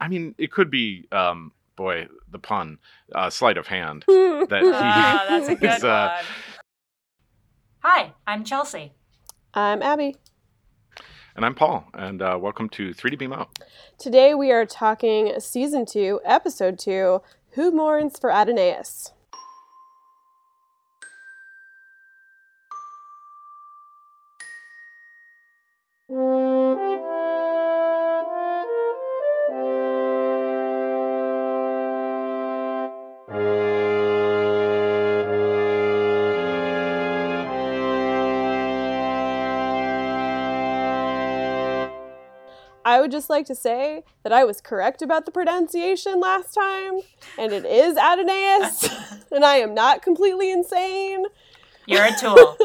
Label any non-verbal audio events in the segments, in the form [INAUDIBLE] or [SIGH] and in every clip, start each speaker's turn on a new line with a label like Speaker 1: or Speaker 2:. Speaker 1: I mean, it could be, um, boy, the pun, uh, sleight of hand that he [LAUGHS]
Speaker 2: Ah, that's a good
Speaker 1: is, uh,
Speaker 2: one. Hi, I'm Chelsea.
Speaker 3: I'm Um, Abby.
Speaker 1: And I'm Paul, and uh, welcome to 3D Beam Out.
Speaker 3: Today we are talking season two, episode two, Who Mourns for Adonais? I would just like to say that I was correct about the pronunciation last time, and it is Adonais, and I am not completely insane.
Speaker 2: You're a [LAUGHS] tool.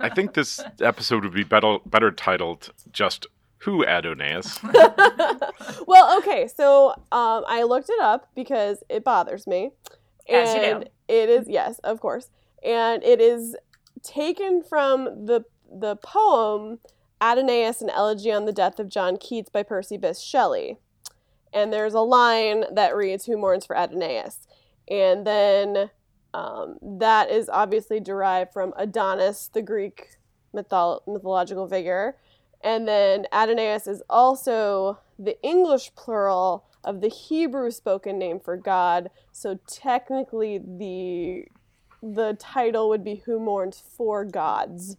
Speaker 1: I
Speaker 2: [LAUGHS]
Speaker 1: think this episode would be better, better titled just Who
Speaker 2: [LAUGHS]
Speaker 1: Adonais?
Speaker 3: Well, okay, so um, I looked it up because it bothers me.
Speaker 2: As you do.
Speaker 3: and it is yes, of course, and it is taken from the the poem Adonais, an elegy on the death of John Keats by Percy Bysshe Shelley. And there's a line that reads, "Who mourns for Adonais?" And then um, that is obviously derived from Adonis, the Greek mythol- mythological figure. And then Adonais is also the English plural of the Hebrew spoken name for God. So technically, the the title would be "Who mourns for gods,"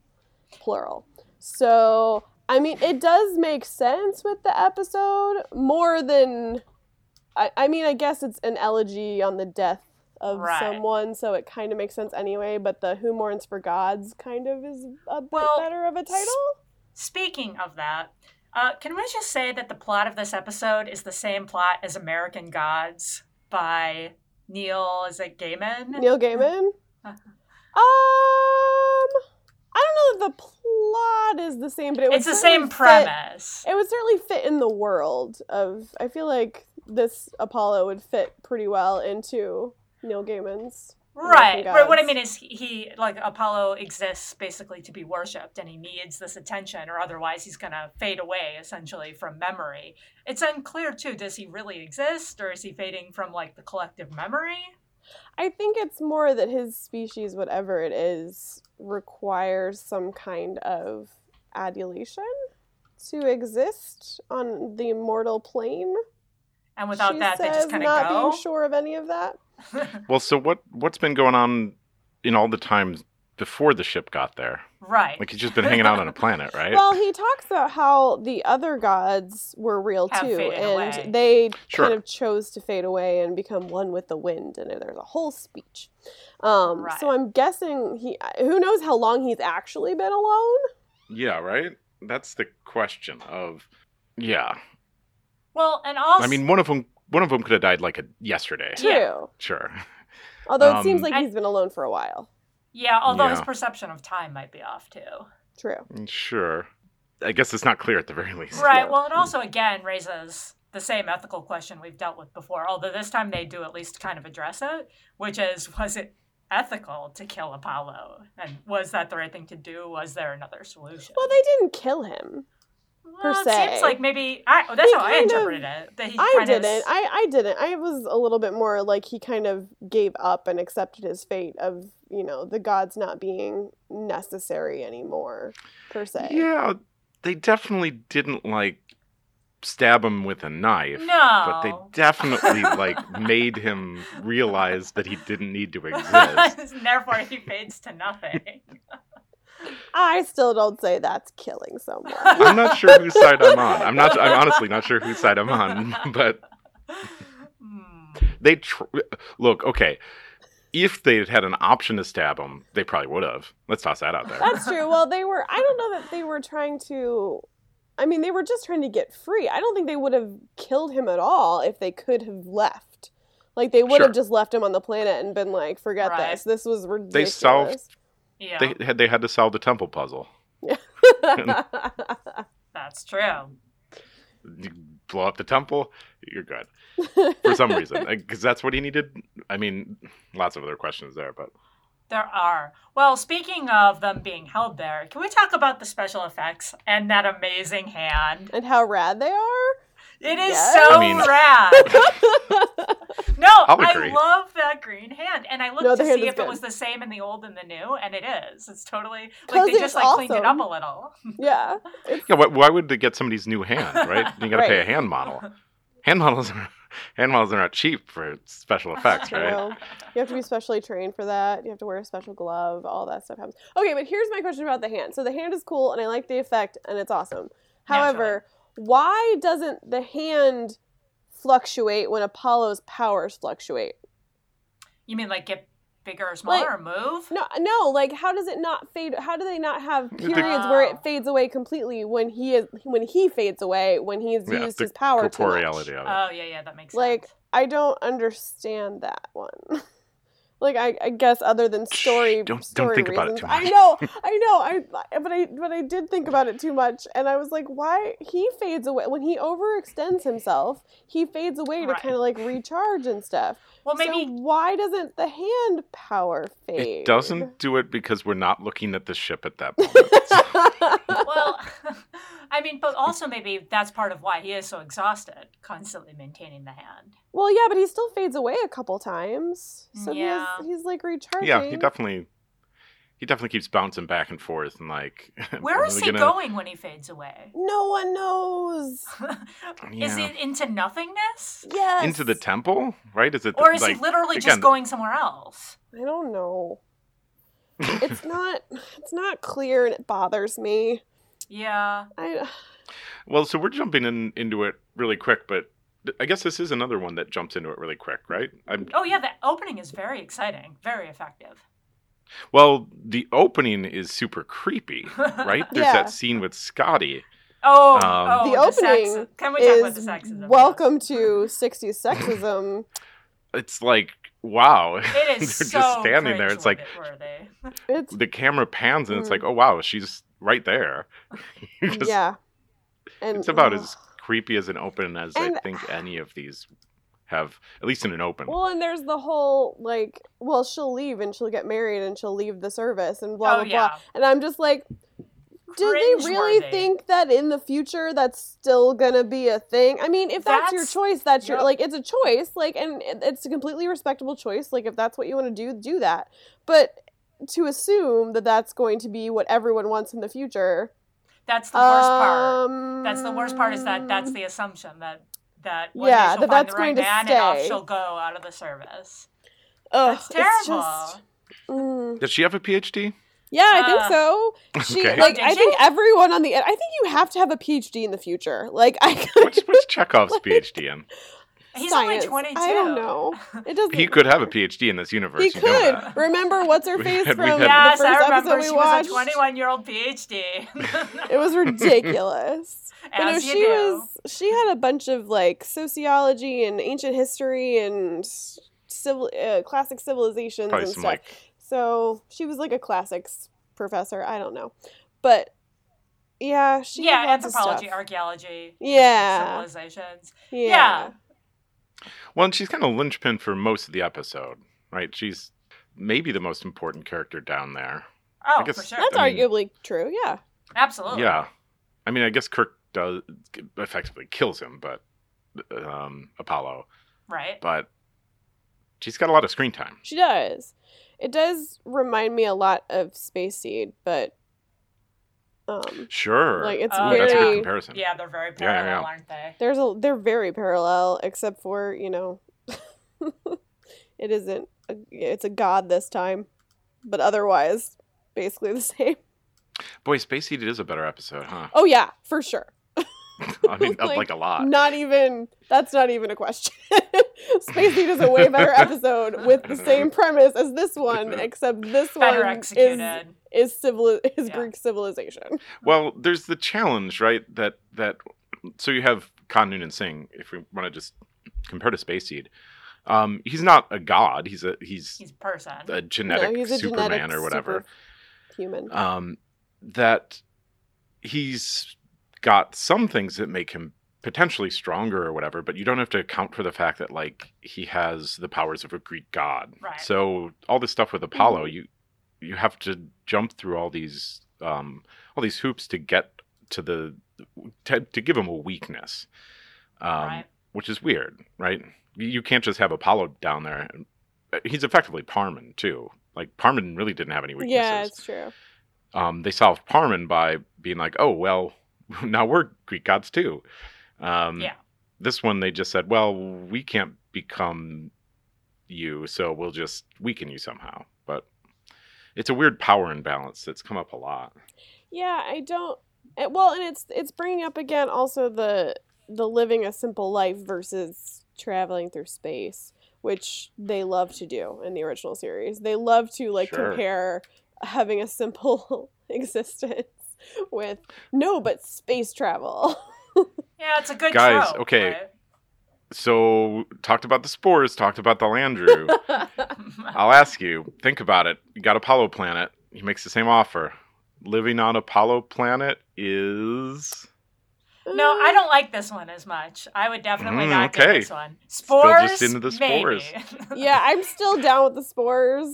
Speaker 3: plural. So I mean, it does make sense with the episode more than. I, I mean, I guess it's an elegy on the death of
Speaker 2: Right.
Speaker 3: someone, so it kind of makes sense anyway. But the "Who mourns for gods" kind of is a bit
Speaker 2: Well,
Speaker 3: better of a title.
Speaker 2: Speaking of that, uh, can we just say that the plot of this episode is the same plot as American Gods by Neil, is it Gaiman?
Speaker 3: Neil Gaiman. Um, I don't know if the plot is the same, but it would
Speaker 2: it's the
Speaker 3: certainly
Speaker 2: same
Speaker 3: fit-
Speaker 2: premise.
Speaker 3: It would certainly fit in the world of. I feel like this Apollo would fit pretty well into Neil Gaiman's.
Speaker 2: Right.
Speaker 3: American
Speaker 2: Right. What I
Speaker 3: Gods.
Speaker 2: mean is, he- he like Apollo exists basically to be worshipped, and he needs this attention, or otherwise he's gonna fade away essentially from memory. It's unclear too. Does he really exist, or is he fading from like the collective memory?
Speaker 3: I think it's more that his species, whatever it is, requires some kind of adulation to exist on the mortal plane.
Speaker 2: And without
Speaker 3: she
Speaker 2: that, they
Speaker 3: says,
Speaker 2: just kind
Speaker 3: not
Speaker 2: of go.
Speaker 3: being
Speaker 2: [LAUGHS]
Speaker 3: sure of any of that.
Speaker 1: well, so what, what's been going on in all the times before the ship got there?
Speaker 2: Right.
Speaker 1: Like, he's just been hanging out
Speaker 2: [LAUGHS]
Speaker 1: on a planet, right?
Speaker 3: Well, he talks about how the other gods were real
Speaker 2: Have
Speaker 3: too,
Speaker 2: faded
Speaker 3: and
Speaker 2: away.
Speaker 3: they
Speaker 1: Sure.
Speaker 3: kind of chose to fade away and become one with the wind. And there's a whole speech. Um,
Speaker 2: Right.
Speaker 3: So I'm guessing he. Who knows how long he's actually been alone?
Speaker 1: yeah, right? That's the question of, yeah.
Speaker 2: well, and also,
Speaker 1: I mean, one of them, one of them could have died like a, yesterday.
Speaker 3: True.
Speaker 2: Yeah.
Speaker 1: Sure.
Speaker 3: Although it
Speaker 1: Um,
Speaker 3: seems like
Speaker 2: I-
Speaker 3: he's been alone for a while.
Speaker 2: yeah. Although his
Speaker 1: Yeah.
Speaker 2: perception of time might be off too.
Speaker 3: True.
Speaker 1: Sure. I guess it's not clear at the very
Speaker 3: [LAUGHS]
Speaker 1: least.
Speaker 2: Right.
Speaker 3: Yeah.
Speaker 2: Well, it also again raises the same ethical question we've dealt with before, although this time they do at least kind of address it, which is [LAUGHS] was it ethical to kill Apollo? And was that the right thing to do? Was there another solution?
Speaker 3: Well, they didn't kill him. per
Speaker 2: Well, it
Speaker 3: se.
Speaker 2: seems like maybe I, well, that's
Speaker 3: He
Speaker 2: how I
Speaker 3: kind of-
Speaker 2: interpreted it. That he
Speaker 3: I
Speaker 2: kind of
Speaker 3: didn't. I, I didn't. I was a little bit more like he kind of gave up and accepted his fate of, you know, the gods not being necessary anymore, per se.
Speaker 1: Yeah, they definitely didn't like stab him with a knife.
Speaker 2: no,
Speaker 1: But they
Speaker 2: [LAUGHS]
Speaker 1: definitely like made him realize that he didn't need
Speaker 2: [LAUGHS]
Speaker 1: to exist.
Speaker 2: Therefore, he fades to nothing.
Speaker 1: [LAUGHS]
Speaker 3: I still don't say that's killing someone.
Speaker 1: [LAUGHS] I'm not sure whose side I'm on. I'm not I'm honestly not sure whose side I'm on, [LAUGHS] but
Speaker 2: Hmm.
Speaker 1: they tr- look, okay. If they had had an option to stab him, they probably would have. Let's toss that out there.
Speaker 2: Oh,
Speaker 3: That's true. Well, they were. I don't know that they were trying to. I mean, they were just trying to get free. I don't think they would have killed him at all if they could have left. Like they would
Speaker 1: Sure.
Speaker 3: have just left him on the planet and been like, "Forget
Speaker 2: Right.
Speaker 3: this. This was ridiculous."
Speaker 1: solved-
Speaker 2: Yeah,
Speaker 1: They had they had to solve the temple puzzle.
Speaker 3: [LAUGHS]
Speaker 2: that's true.
Speaker 1: You blow up the temple, you're
Speaker 2: [LAUGHS]
Speaker 1: good. for some reason because that's what he needed i mean lots of other questions there but
Speaker 2: There are. Well, speaking of them being held there, can we talk about the special effects and that amazing hand?
Speaker 1: [LAUGHS]
Speaker 3: and how rad they are.
Speaker 2: It is
Speaker 3: Yes.
Speaker 2: so
Speaker 1: I mean-
Speaker 2: rad.
Speaker 1: [LAUGHS]
Speaker 2: No,
Speaker 1: I'll
Speaker 2: I
Speaker 1: agree.
Speaker 2: love that green hand, and I looked
Speaker 3: No,
Speaker 2: to
Speaker 3: the hand
Speaker 2: see
Speaker 3: is
Speaker 2: if it
Speaker 3: good.
Speaker 2: was the same in the old and the new, and it is. It's totally
Speaker 3: 'Cause
Speaker 2: like they
Speaker 3: it's
Speaker 2: just like cleaned it up
Speaker 3: awesome.
Speaker 2: a little.
Speaker 3: yeah.
Speaker 1: Yeah, why, why would they get somebody's new hand, right? You got to pay a
Speaker 3: Right.
Speaker 1: hand model. Hand models are hand models are not cheap for
Speaker 2: [LAUGHS]
Speaker 1: special effects,
Speaker 3: I
Speaker 1: right?
Speaker 3: know. You have to be specially trained for that. You have to wear a special glove. All that stuff happens. Okay, but here's my question about the hand. So the hand is cool, and I like the effect, and it's awesome. However, why doesn't the hand fluctuate when Apollo's powers fluctuate?
Speaker 2: You mean like get bigger or smaller
Speaker 3: Like-
Speaker 2: or move?
Speaker 3: No, no. Like, how does it not fade? How do they not have
Speaker 1: The-
Speaker 3: periods where
Speaker 2: Oh.
Speaker 3: it fades away completely when he is when he fades away when he has
Speaker 1: Yeah,
Speaker 3: used
Speaker 1: the
Speaker 3: his power? too much?
Speaker 1: Corporeality of it.
Speaker 2: Oh yeah, yeah, that makes
Speaker 3: Like-
Speaker 2: sense.
Speaker 3: I don't understand that one. [LAUGHS] like I, I guess other than
Speaker 1: Shh,
Speaker 3: story
Speaker 1: don't- don't
Speaker 3: story
Speaker 1: think about it
Speaker 3: reasons.
Speaker 1: too
Speaker 3: I
Speaker 1: much. [LAUGHS]
Speaker 3: know, I know, I but I but I did think about it too much, and I was like, why he fades away when he overextends himself? He fades away to
Speaker 2: Right.
Speaker 3: kind of like recharge and stuff.
Speaker 2: Well, maybe
Speaker 3: so [LAUGHS] why doesn't the hand power fade?
Speaker 1: It doesn't do it because we're not looking at the ship at
Speaker 2: [LAUGHS]
Speaker 1: that moment.
Speaker 2: well, [LAUGHS] I mean, but also maybe that's part of why he is so exhausted, constantly maintaining the hand.
Speaker 3: [LAUGHS] well, yeah, but he still fades away a couple times, so
Speaker 2: Yeah.
Speaker 3: he's he's like recharging.
Speaker 1: yeah, he definitely he definitely keeps bouncing back and forth and like [LAUGHS]
Speaker 2: Where
Speaker 1: are
Speaker 2: is
Speaker 1: we
Speaker 2: he
Speaker 1: gonna-
Speaker 2: going when he fades away? [LAUGHS]
Speaker 3: No one knows.
Speaker 2: Is
Speaker 1: Yeah.
Speaker 2: it into nothingness,
Speaker 3: Yes.
Speaker 1: into the temple, right? Is it
Speaker 2: or is
Speaker 1: like
Speaker 2: he literally
Speaker 1: again-
Speaker 2: just going somewhere else?
Speaker 3: I don't know.
Speaker 1: [LAUGHS]
Speaker 3: it's not it's not clear and it bothers me.
Speaker 2: Yeah.
Speaker 3: I
Speaker 1: well? So we're jumping in into it really quick, but th- I guess this is another one that jumps into it really quick, right? I'm,
Speaker 2: Oh yeah, the opening is very exciting, very effective.
Speaker 1: well, the opening is super
Speaker 3: [LAUGHS]
Speaker 1: creepy, right? There's
Speaker 3: Yeah.
Speaker 1: that scene with Scotty.
Speaker 2: [LAUGHS] Oh,
Speaker 1: Um,
Speaker 2: oh,
Speaker 3: The
Speaker 2: sex-
Speaker 3: opening
Speaker 2: Can we talk about the
Speaker 3: is
Speaker 2: sexism?
Speaker 3: welcome to 60s sexism.
Speaker 1: It's like wow.
Speaker 2: [LAUGHS]
Speaker 1: [LAUGHS]
Speaker 2: It is
Speaker 1: They're
Speaker 2: so
Speaker 1: just standing there. It's like-
Speaker 2: cringeworthy.
Speaker 1: [LAUGHS]
Speaker 3: It's
Speaker 1: the camera pans and it's
Speaker 3: Mm.
Speaker 1: like, oh wow, she's right there. [LAUGHS] You're just-
Speaker 3: yeah. And
Speaker 1: It's about
Speaker 3: ugh.
Speaker 1: as creepy as an open as I
Speaker 3: And- [SIGHS]
Speaker 1: think any of these have, at least in an open.
Speaker 3: [LAUGHS] Well, and there's the whole like, well, she'll leave and she'll get married and she'll leave the service and blah
Speaker 2: oh
Speaker 3: blah
Speaker 2: yeah.
Speaker 3: blah. And I'm just like, do they really
Speaker 2: Cringeworthy.
Speaker 3: think that in the future that's still gonna be a thing? I mean, if that's, your
Speaker 2: That's-
Speaker 3: choice, that's your
Speaker 2: yep.
Speaker 3: like it's a choice, like and it- it's a completely respectable choice. Like if that's what you want to do, do that. But to assume that that's going to be what everyone wants in the future,
Speaker 2: That's the worst part.
Speaker 3: um,
Speaker 2: That's the worst part is that that's the assumption that that one
Speaker 3: Yeah, that
Speaker 2: day she'll find
Speaker 3: that's
Speaker 2: the right
Speaker 3: going to
Speaker 2: man and off
Speaker 3: stay.
Speaker 2: she'll go out of the service.
Speaker 3: ugh,
Speaker 2: That's
Speaker 3: it's
Speaker 2: terrible.
Speaker 3: just- mm.
Speaker 1: Does she have a [LAUGHS] PhD?
Speaker 3: yeah, I think
Speaker 2: Uh, Oh,
Speaker 3: so. She
Speaker 1: Okay.
Speaker 3: like
Speaker 2: Did
Speaker 3: I
Speaker 2: she?
Speaker 3: think everyone on the I think you have to have a PhD in the future. Like I [LAUGHS]
Speaker 1: What's, what's Chekhov's PhD in?
Speaker 2: He's
Speaker 3: Science.
Speaker 2: only twenty two.
Speaker 3: I don't
Speaker 2: [LAUGHS]
Speaker 3: know. it doesn't
Speaker 1: He could have a PhD in this universe.
Speaker 3: He
Speaker 1: you know
Speaker 3: could.
Speaker 1: that. [LAUGHS]
Speaker 3: Remember what's her
Speaker 1: We
Speaker 3: face
Speaker 1: had- we
Speaker 3: from
Speaker 1: had-
Speaker 2: Yes,
Speaker 3: the
Speaker 2: I
Speaker 3: first
Speaker 2: remember
Speaker 3: episode
Speaker 2: she
Speaker 3: we watched?
Speaker 2: was a twenty one year
Speaker 3: [LAUGHS]
Speaker 2: old PhD.
Speaker 3: It
Speaker 2: [LAUGHS]
Speaker 3: was ridiculous. but no,
Speaker 2: As you
Speaker 3: she
Speaker 2: do.
Speaker 3: was she had a bunch of like sociology and ancient history and civil uh, classic civilizations
Speaker 1: Probably
Speaker 3: and
Speaker 1: some
Speaker 3: stuff.
Speaker 1: like
Speaker 3: so she was like a classics professor. I don't know, but yeah, she
Speaker 2: yeah,
Speaker 3: had lots of
Speaker 2: anthropology,
Speaker 3: stuff.
Speaker 2: archaeology,
Speaker 3: Yeah.
Speaker 2: civilizations.
Speaker 3: yeah.
Speaker 2: yeah.
Speaker 1: well, and she's kind of linchpin for most of the episode, right? She's maybe the most important character down there.
Speaker 2: Oh,
Speaker 1: guess-
Speaker 2: for sure.
Speaker 3: that's
Speaker 1: I mean-
Speaker 3: arguably true. Yeah,
Speaker 2: Absolutely.
Speaker 1: Yeah, I mean, I guess Kirk does effectively kills him, but um, Apollo,
Speaker 2: Right.
Speaker 1: but she's got a lot of screen time.
Speaker 3: she does. It does remind me a lot of Space Seed, but um,
Speaker 1: Sure,
Speaker 3: like it's
Speaker 2: Oh,
Speaker 1: Ooh, that's a good
Speaker 3: very
Speaker 1: comparison.
Speaker 2: Yeah, they're very
Speaker 1: Yeah, yeah,
Speaker 2: parallel,
Speaker 1: yeah.
Speaker 2: aren't they?
Speaker 3: there's a they're very parallel except for you know [LAUGHS] it isn't a, it's a god this time but otherwise basically the [LAUGHS] same
Speaker 1: Boy, Space Heat is a better episode,
Speaker 3: [LAUGHS]
Speaker 1: huh?
Speaker 3: oh yeah for sure
Speaker 1: I mean, up
Speaker 3: Like,
Speaker 1: like a lot.
Speaker 3: not even that's not even a question [LAUGHS] space heat is a way
Speaker 2: [LAUGHS]
Speaker 3: better episode with the same premise as this one except this
Speaker 2: Better
Speaker 3: one
Speaker 2: executed.
Speaker 3: is is civil is
Speaker 2: Yeah.
Speaker 3: greek civilization
Speaker 1: Well, there's the challenge, right? That that so you have Khan Noon and Singh. If we want to just compare to Space Seed, um, he's not a god. He's a he's
Speaker 2: He's a person.
Speaker 1: a genetic
Speaker 3: no he's a
Speaker 1: Superman
Speaker 3: genetic
Speaker 1: or whatever.
Speaker 3: human
Speaker 1: Um, that he's got some things that make him potentially stronger or whatever, but you don't have to account for the fact that like he has the powers of a Greek god.
Speaker 2: Right.
Speaker 1: So all this stuff with
Speaker 3: Mm-hmm.
Speaker 1: Apollo, you you have to jump through all these um, all these hoops to get to the to, to give him a weakness. um,
Speaker 2: Right.
Speaker 1: which is weird, right? You- You can't just have Apollo down there. He's effectively Parman too. Like Parman really didn't have any weaknesses.
Speaker 3: Yeah, it's true.
Speaker 1: um, they solved Parman by being like, oh, well, [LAUGHS] now we're Greek gods too. Um,
Speaker 2: Yeah.
Speaker 1: This one, they just said, well, we can't become you, so we'll just weaken you somehow. But it's a weird power imbalance that's come up a lot.
Speaker 3: Yeah, I don't. It, well, and it's it's bringing up again also the the living a simple life versus traveling through space, which they love to do in the original series. They love to like
Speaker 1: Sure.
Speaker 3: compare having a simple [LAUGHS] existence with no, but space [LAUGHS] travel.
Speaker 2: Yeah, it's a good
Speaker 1: Guys,
Speaker 2: trope,
Speaker 1: okay.
Speaker 2: right?
Speaker 1: So, talked about the spores, talked about the Landrew. I'll ask you, think about it. You got Apollo Planet. He makes the same offer. Living on Apollo Planet is.
Speaker 2: [LAUGHS] no, I don't like this one as much. I would definitely
Speaker 1: Mm,
Speaker 2: not
Speaker 1: okay.
Speaker 2: get this one. Spores,
Speaker 1: just into the
Speaker 2: maybe.
Speaker 3: [LAUGHS] Yeah, I'm still down with the spores,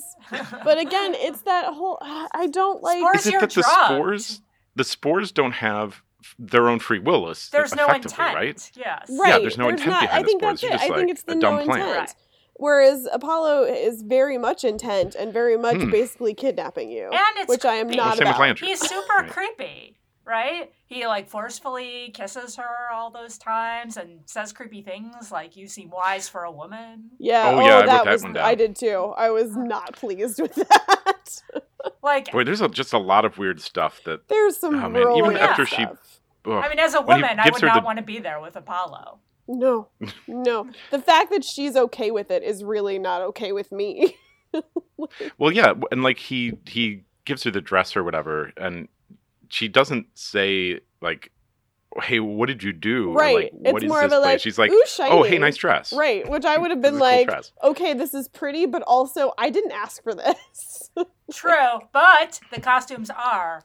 Speaker 3: but again, it's that whole I don't like.
Speaker 2: Spores- Where's
Speaker 1: is it
Speaker 2: your
Speaker 1: that the
Speaker 2: drugs?
Speaker 1: spores the spores don't have f- their own free will es-
Speaker 2: [LAUGHS] There's no
Speaker 1: effectively,
Speaker 2: intent.
Speaker 1: right?
Speaker 2: Yes.
Speaker 3: Right.
Speaker 1: there's no intent
Speaker 3: not-
Speaker 1: behind
Speaker 3: I
Speaker 1: the
Speaker 3: think
Speaker 1: spores.
Speaker 3: that's
Speaker 1: You're
Speaker 3: it.
Speaker 1: just
Speaker 3: I think
Speaker 1: like
Speaker 3: it's the
Speaker 1: a
Speaker 3: no
Speaker 1: dumb
Speaker 3: intent.
Speaker 1: plant.
Speaker 2: Right.
Speaker 3: Whereas Apollo is very much intent and very much
Speaker 1: Hmm.
Speaker 3: basically kidnapping you,
Speaker 2: And it's
Speaker 3: which I am
Speaker 2: creepy.
Speaker 3: not
Speaker 1: Well, same with
Speaker 3: about.
Speaker 1: Landry.
Speaker 2: He's super
Speaker 1: Right.
Speaker 2: creepy, right? He like forcefully kisses her all those times and says creepy things like "You seem wise for a woman."
Speaker 3: Yeah.
Speaker 1: Oh, yeah, I wrote
Speaker 3: that
Speaker 1: that
Speaker 3: was.
Speaker 1: one down.
Speaker 3: I did too. I was
Speaker 2: Uh-huh.
Speaker 3: not pleased with that. [LAUGHS]
Speaker 2: Like,
Speaker 1: Boy, there's a, just a lot of weird stuff that
Speaker 3: There's some
Speaker 1: Oh, man,
Speaker 3: real
Speaker 1: even
Speaker 3: weird
Speaker 2: after
Speaker 1: she-
Speaker 3: stuff.
Speaker 1: ugh,
Speaker 2: I mean, as a
Speaker 1: When he
Speaker 2: woman, I
Speaker 1: gives
Speaker 2: would
Speaker 1: her
Speaker 2: not
Speaker 1: the-
Speaker 2: want to be there with Apollo.
Speaker 3: No, no. The fact that she's okay with it is really not okay with me. [LAUGHS]
Speaker 1: Well, yeah, w- and like he he gives her the dress or whatever, and she doesn't say like, "Hey, what did you do?"
Speaker 3: right.
Speaker 1: Or, like, "What
Speaker 3: it's
Speaker 1: is
Speaker 3: more
Speaker 1: this
Speaker 3: of a
Speaker 1: place?"
Speaker 3: like.
Speaker 1: She's like,
Speaker 3: Ooh,
Speaker 1: "Oh, hey,
Speaker 3: shiny."
Speaker 1: nice dress."
Speaker 3: Right, which I would have
Speaker 1: This is
Speaker 3: been
Speaker 1: a cool
Speaker 3: like,
Speaker 1: dress.
Speaker 3: okay, this is pretty, but also I didn't ask for this. [LAUGHS]
Speaker 2: True, but the costumes are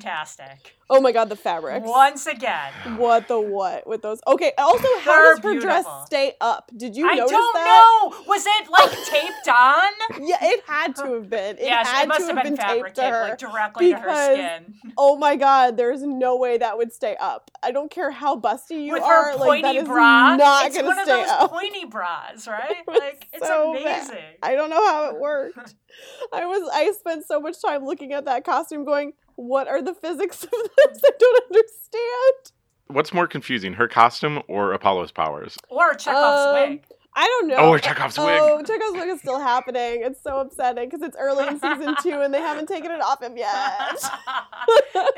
Speaker 2: fantastic.
Speaker 3: oh my god, the fabrics.
Speaker 2: Once again,
Speaker 3: What the what with those? Okay. Also, how
Speaker 2: They're
Speaker 3: does her dress
Speaker 2: beautiful.
Speaker 3: stay up? Did you
Speaker 2: I
Speaker 3: notice
Speaker 2: don't
Speaker 3: that?
Speaker 2: know. Was it like taped on?
Speaker 3: Yeah, it had to have been. [LAUGHS] It
Speaker 2: yes,
Speaker 3: had
Speaker 2: it must
Speaker 3: to
Speaker 2: have been fabric
Speaker 3: taped to
Speaker 2: tape,
Speaker 3: her.
Speaker 2: like directly to her
Speaker 3: because
Speaker 2: skin.
Speaker 3: oh my god, there's no way that would stay up. I don't care how busty you
Speaker 2: With
Speaker 3: are.
Speaker 2: her
Speaker 3: like
Speaker 2: pointy
Speaker 3: that is
Speaker 2: bra,
Speaker 3: not
Speaker 2: it's
Speaker 3: gonna
Speaker 2: one of
Speaker 3: stay
Speaker 2: those
Speaker 3: up.
Speaker 2: pointy
Speaker 3: [LAUGHS]
Speaker 2: bras, right?
Speaker 3: was
Speaker 2: Like it's
Speaker 3: so bad.
Speaker 2: amazing.
Speaker 3: I don't know
Speaker 2: [LAUGHS]
Speaker 3: how it worked. I was I spent so much time looking at that costume, going, "What are the physics of this? [LAUGHS] I don't understand."
Speaker 1: What's more confusing, her costume or Apollo's powers?
Speaker 2: Or Chekhov's
Speaker 3: Um, [LAUGHS]
Speaker 2: wig.
Speaker 3: I don't know.
Speaker 1: Oh, or Chekhov's wig.
Speaker 3: Oh, Chekhov's wig is still happening. It's so upsetting because it's early in
Speaker 2: [LAUGHS]
Speaker 3: season two and they haven't taken it off him yet.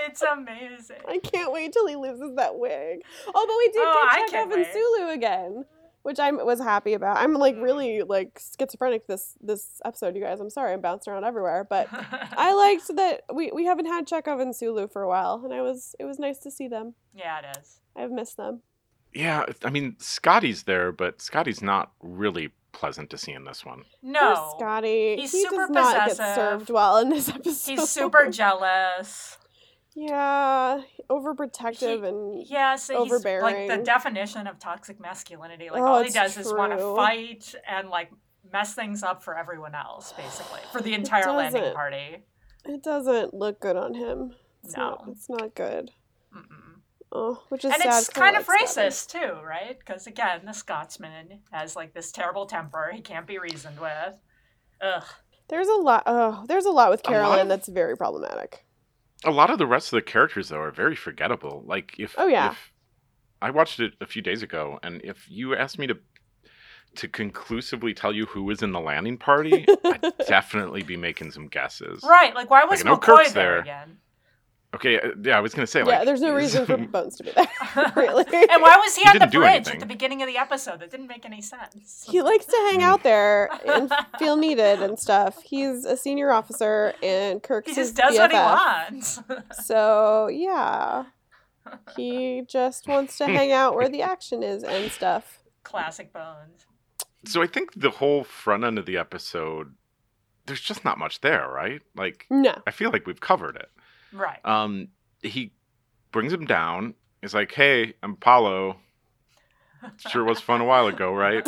Speaker 2: it's amazing.
Speaker 3: I can't wait till he loses that wig. Although we did
Speaker 2: Oh, I
Speaker 3: get Chekhov
Speaker 2: can't
Speaker 3: and
Speaker 2: wait. Mm.
Speaker 3: Sulu again, which I was happy about. I'm like really like schizophrenic this this episode, you guys. I'm sorry, I'm bouncing around everywhere,
Speaker 2: [LAUGHS]
Speaker 3: but I liked that we we haven't had Chekhov and Sulu for a while, and I was it was nice to see them.
Speaker 2: Yeah, it is.
Speaker 3: I've missed them.
Speaker 1: Yeah, I mean Scotty's there, but Scotty's not really pleasant to see in this one.
Speaker 3: Poor
Speaker 2: No,
Speaker 3: Scotty.
Speaker 2: He's
Speaker 3: he
Speaker 2: super
Speaker 3: does not get
Speaker 2: possessive.
Speaker 3: served well in this [LAUGHS] episode.
Speaker 2: he's super jealous.
Speaker 3: Yeah, overprotective and
Speaker 2: Yes, he's like the
Speaker 3: Overbearing.
Speaker 2: definition of toxic masculinity. Like
Speaker 3: Oh,
Speaker 2: all he
Speaker 3: it's
Speaker 2: does is want to
Speaker 3: true.
Speaker 2: fight and like mess things up for everyone else, basically, for the entire
Speaker 3: doesn't.
Speaker 2: landing party.
Speaker 3: it doesn't look good on him. It's not,
Speaker 2: No.
Speaker 3: it's not good.
Speaker 2: Mm-mm.
Speaker 3: Oh, which is
Speaker 2: and
Speaker 3: sad 'cause
Speaker 2: it's
Speaker 3: I
Speaker 2: kind of
Speaker 3: like Scotty.
Speaker 2: racist too, right? Because again, the Scotsman has like this terrible temper; he can't be reasoned with. Ugh.
Speaker 3: There's a lot. Oh, there's a lot with
Speaker 1: A lot
Speaker 3: Carolyn
Speaker 1: of-
Speaker 3: that's very problematic.
Speaker 1: A lot of the rest of the characters though are very forgettable. Like if
Speaker 3: Oh, yeah.
Speaker 1: if- I watched it a few days ago, and if you asked me to to conclusively tell you who was in the landing party,
Speaker 3: [LAUGHS]
Speaker 1: I'd definitely be making some guesses.
Speaker 2: Right? Like, why was
Speaker 1: Like, no
Speaker 2: McCoy
Speaker 1: Kirk's
Speaker 2: there
Speaker 1: there.
Speaker 2: again?
Speaker 1: Okay, uh, yeah, I was gonna say
Speaker 3: yeah,
Speaker 1: like
Speaker 3: there's no reason
Speaker 1: [LAUGHS]
Speaker 3: for Bones to be there. [LAUGHS] really.
Speaker 2: [LAUGHS] and why was he,
Speaker 1: He
Speaker 2: on the
Speaker 1: didn't do
Speaker 2: bridge at
Speaker 1: anything.
Speaker 2: the beginning of the episode? That didn't make any sense.
Speaker 3: he likes to hang out there and
Speaker 2: [LAUGHS]
Speaker 3: feel needed and stuff. He's a senior officer, and Kirk's
Speaker 2: He just
Speaker 3: his
Speaker 2: does what he
Speaker 3: BFF.
Speaker 2: wants. [LAUGHS]
Speaker 3: So yeah, he just wants to hang out where the action is and stuff.
Speaker 2: Classic Bones.
Speaker 1: so I think the whole front end of the episode, there's just not much there, right? Like
Speaker 3: No,
Speaker 1: I feel like we've covered it.
Speaker 2: Right.
Speaker 1: Um, he brings him down. He's like, "Hey, I'm Apollo. Sure
Speaker 2: [LAUGHS]
Speaker 1: was fun a [LAUGHS] while ago, right?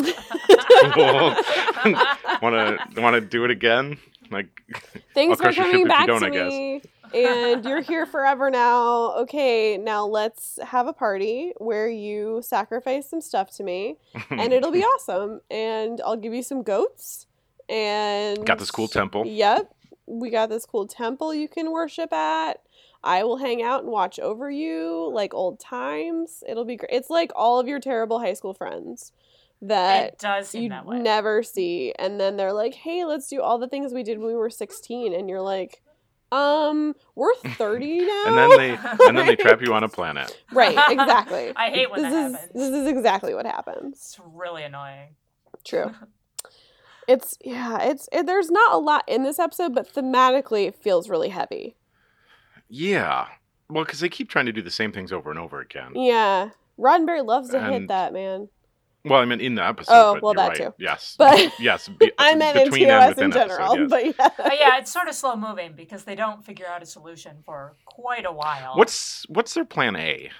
Speaker 1: Want to want to do it again?" Like, [LAUGHS] I'll
Speaker 3: Thanks for
Speaker 1: crush your ship if you
Speaker 3: coming back
Speaker 1: don't,
Speaker 3: to
Speaker 1: I guess.
Speaker 3: me. And you're here forever now. Okay, now let's have a party where you sacrifice some stuff to me,
Speaker 1: Hmm.
Speaker 3: and it'll be awesome. And I'll give you some goats. And
Speaker 1: got this cool temple.
Speaker 3: Yep, we got this cool temple you can worship at. I will hang out and watch over you like old times. It'll be great. It's like all of your terrible high school friends that
Speaker 2: it does seem
Speaker 3: you
Speaker 2: that way.
Speaker 3: never see and then they're like hey let's do all the things we did when we were 16 and you're like um we're 30 now
Speaker 1: And [LAUGHS] then they and
Speaker 3: [LAUGHS]
Speaker 1: then they trap you on a planet.
Speaker 3: right exactly
Speaker 2: [LAUGHS] I hate when
Speaker 3: this
Speaker 2: that
Speaker 3: is
Speaker 2: happens.
Speaker 3: this is exactly what happens
Speaker 2: It's really annoying.
Speaker 3: true it's yeah it's it, there's not a lot in this episode but thematically it feels really heavy
Speaker 1: Yeah. Well, because they keep trying to do the same things over and over again.
Speaker 3: yeah roddenberry loves to hit
Speaker 1: And-
Speaker 3: that man
Speaker 1: Well, I mean, in the episode.
Speaker 3: Oh,
Speaker 1: but
Speaker 3: well,
Speaker 1: you're
Speaker 3: that
Speaker 1: right.
Speaker 3: too.
Speaker 1: Yes.
Speaker 3: [LAUGHS] But-
Speaker 1: yes. be-
Speaker 3: i meant in
Speaker 1: between and
Speaker 3: tos in
Speaker 1: within
Speaker 3: general
Speaker 1: episode, yes.
Speaker 3: but yeah
Speaker 2: But Oh, yeah, it's sort of slow moving because they don't figure out a solution for quite a while.
Speaker 1: What's what's their plan A?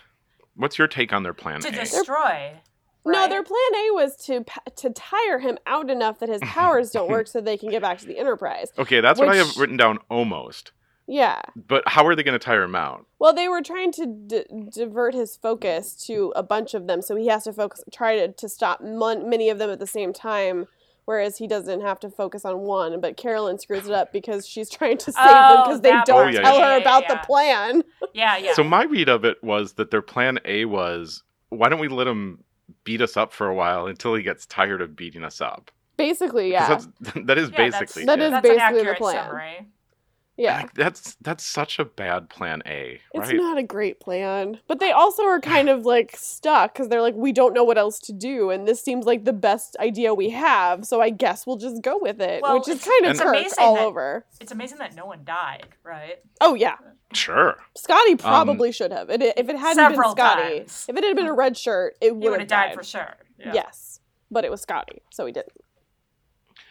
Speaker 1: What's your take on their plan
Speaker 2: to
Speaker 1: A?
Speaker 2: destroy?
Speaker 3: [LAUGHS] No,
Speaker 2: right?
Speaker 3: their plan A was to pa- to tire him out enough that his powers don't work, so they can get back to the Enterprise.
Speaker 1: okay, that's what I have
Speaker 3: Which-
Speaker 1: written down almost.
Speaker 3: Yeah.
Speaker 1: But how are they going to tire him out?
Speaker 3: Well, they were trying to d- divert his focus to a bunch of them, so he has to focus, try to, to stop mon- many of them at the same time, whereas he doesn't have to focus on one. But Carolyn screws it up because she's trying to save them
Speaker 2: Oh,
Speaker 3: because they
Speaker 2: that
Speaker 3: don't
Speaker 1: part. Oh, yeah,
Speaker 3: tell
Speaker 2: yeah.
Speaker 3: her
Speaker 2: Yeah, yeah,
Speaker 3: about the
Speaker 2: yeah.
Speaker 3: plan.
Speaker 2: Yeah, yeah.
Speaker 1: So my read of it was that their plan A was why don't we let him beat us up for a while until he gets tired of beating us up?
Speaker 3: Basically,
Speaker 1: 'Cause
Speaker 3: yeah,
Speaker 1: That's, [LAUGHS] that is
Speaker 2: Yeah, that's-
Speaker 1: basically
Speaker 3: That
Speaker 1: it.
Speaker 3: is
Speaker 2: that's
Speaker 3: basically the
Speaker 2: an accurate
Speaker 3: plan.
Speaker 2: summary.
Speaker 3: yeah.
Speaker 1: Like, that's that's such a bad plan A,
Speaker 3: It's
Speaker 1: right?
Speaker 3: not a great plan. But they also are kind of like stuck because they're like, we don't know what else to do. And this seems like the best idea we have. So I guess we'll just go with it,
Speaker 2: Well,
Speaker 3: which is
Speaker 2: it's-
Speaker 3: kind of
Speaker 1: it's
Speaker 3: Kirk
Speaker 2: amazing
Speaker 3: all
Speaker 2: that-
Speaker 3: over.
Speaker 2: It's amazing that no one died, right?
Speaker 3: Oh, yeah.
Speaker 1: sure.
Speaker 3: Scotty
Speaker 1: Um,
Speaker 3: probably should have. It, if it hadn't been
Speaker 2: Several
Speaker 3: Scotty,
Speaker 2: times.
Speaker 3: if it had been a red shirt, it
Speaker 2: He
Speaker 3: would
Speaker 2: would
Speaker 3: have
Speaker 2: have
Speaker 3: died.
Speaker 2: died for sure. Yeah.
Speaker 3: Yes. But it was Scotty. So he didn't.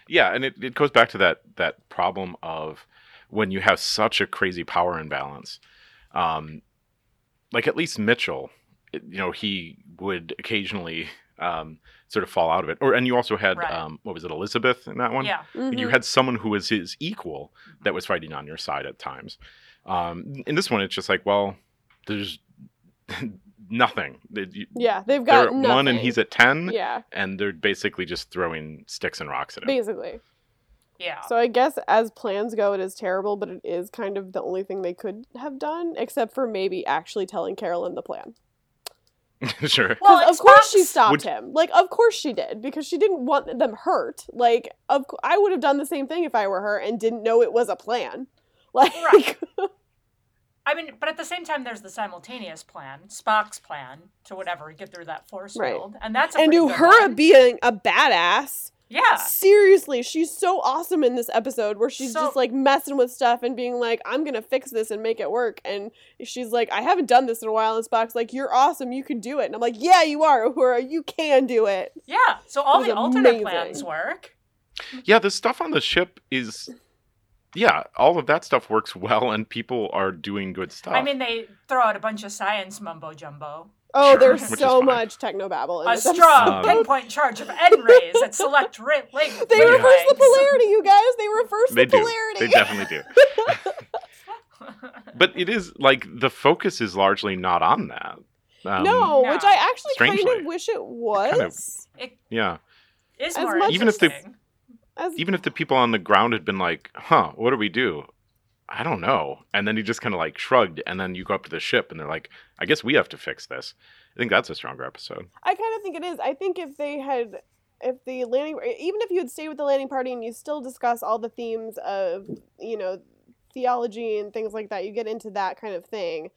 Speaker 1: Yeah, and it, it goes back to that that problem of when you have such a crazy power imbalance. Um, like at least Mitchell, it- you know, he would occasionally um, sort of fall out of it. Or and you also had
Speaker 2: Right.
Speaker 1: um, what was it, Elizabeth in that one?
Speaker 2: Yeah.
Speaker 1: You
Speaker 3: Mhm.
Speaker 1: had someone who was his equal
Speaker 3: Mm-hmm.
Speaker 1: that was fighting on your side at times. Um, in this one, it's just like, well, there's [LAUGHS] nothing. They- you-
Speaker 3: yeah. They've
Speaker 1: They're
Speaker 3: got
Speaker 1: at one and
Speaker 3: nothing.
Speaker 1: he's at ten,
Speaker 3: Yeah.
Speaker 1: and they're basically just throwing sticks and rocks at him.
Speaker 3: Basically.
Speaker 2: Yeah.
Speaker 3: So I guess as plans go, it is terrible, but it is kind of the only thing they could have done, except for maybe actually telling Carolyn the plan.
Speaker 1: [LAUGHS] sure.
Speaker 2: well,
Speaker 3: Because
Speaker 2: it's
Speaker 3: of course
Speaker 2: Fox.
Speaker 3: she stopped
Speaker 1: Would-
Speaker 3: him. Like, of course she did, because she didn't want them hurt. Like, of cou- I would have done the same thing if I were her and didn't know it was a plan. [LAUGHS] Like,
Speaker 2: Right. I mean, but at the same time, there's the simultaneous plan, Spock's plan to whatever get through that force
Speaker 3: Right.
Speaker 2: field, and that's a
Speaker 3: and
Speaker 2: pretty
Speaker 3: knew
Speaker 2: good
Speaker 3: her
Speaker 2: one.
Speaker 3: being a badass.
Speaker 2: yeah,
Speaker 3: Seriously, she's so awesome in this episode where she's
Speaker 2: So-
Speaker 3: just like messing with stuff and being like, I'm gonna fix this and make it work. And she's like, I haven't done this in a while. And Spock's like, You're awesome, you can do it. And I'm like, Yeah, you are, Uhura, you can do it.
Speaker 2: yeah. So all
Speaker 3: It was
Speaker 2: the alternate
Speaker 3: amazing.
Speaker 2: plans work.
Speaker 1: Yeah, the stuff on the ship is yeah, all of that stuff works well and people are doing good stuff.
Speaker 2: I mean, they throw out a bunch of science mumbo jumbo.
Speaker 3: Oh,
Speaker 1: Sure,
Speaker 3: there's
Speaker 1: which is
Speaker 3: so
Speaker 1: fine.
Speaker 3: much technobabble in
Speaker 2: A
Speaker 3: this
Speaker 2: strong
Speaker 1: Um,
Speaker 2: pinpoint charge of N rays that select ra- link.
Speaker 3: [LAUGHS] They
Speaker 1: Yeah.
Speaker 3: reverse the polarity, you guys. They reverse
Speaker 1: they
Speaker 3: the
Speaker 1: do.
Speaker 3: polarity.
Speaker 1: They definitely do.
Speaker 2: [LAUGHS] polarity.
Speaker 1: But it is like the focus is largely not on that. Um,
Speaker 3: [LAUGHS] no,
Speaker 2: No.
Speaker 3: which I actually kind
Speaker 1: Strangely.
Speaker 3: of wish it
Speaker 1: kind of-
Speaker 3: was.
Speaker 2: it
Speaker 1: Yeah.
Speaker 2: is
Speaker 3: As
Speaker 2: more
Speaker 3: much
Speaker 1: Even if they- [LAUGHS]
Speaker 2: interesting.
Speaker 3: As,
Speaker 1: Even if the people on the ground had been like, "Huh, what do we do?" I don't know. And then he just kind of like shrugged and then you go up to the ship and they're like, "I guess we have to fix this." I think that's a stronger episode.
Speaker 3: I kind of think it is. I think if they had, if the landing, even if you had stayed with the landing party and you still discuss all the themes of, you know, theology and things like that, you get into that kind of thing.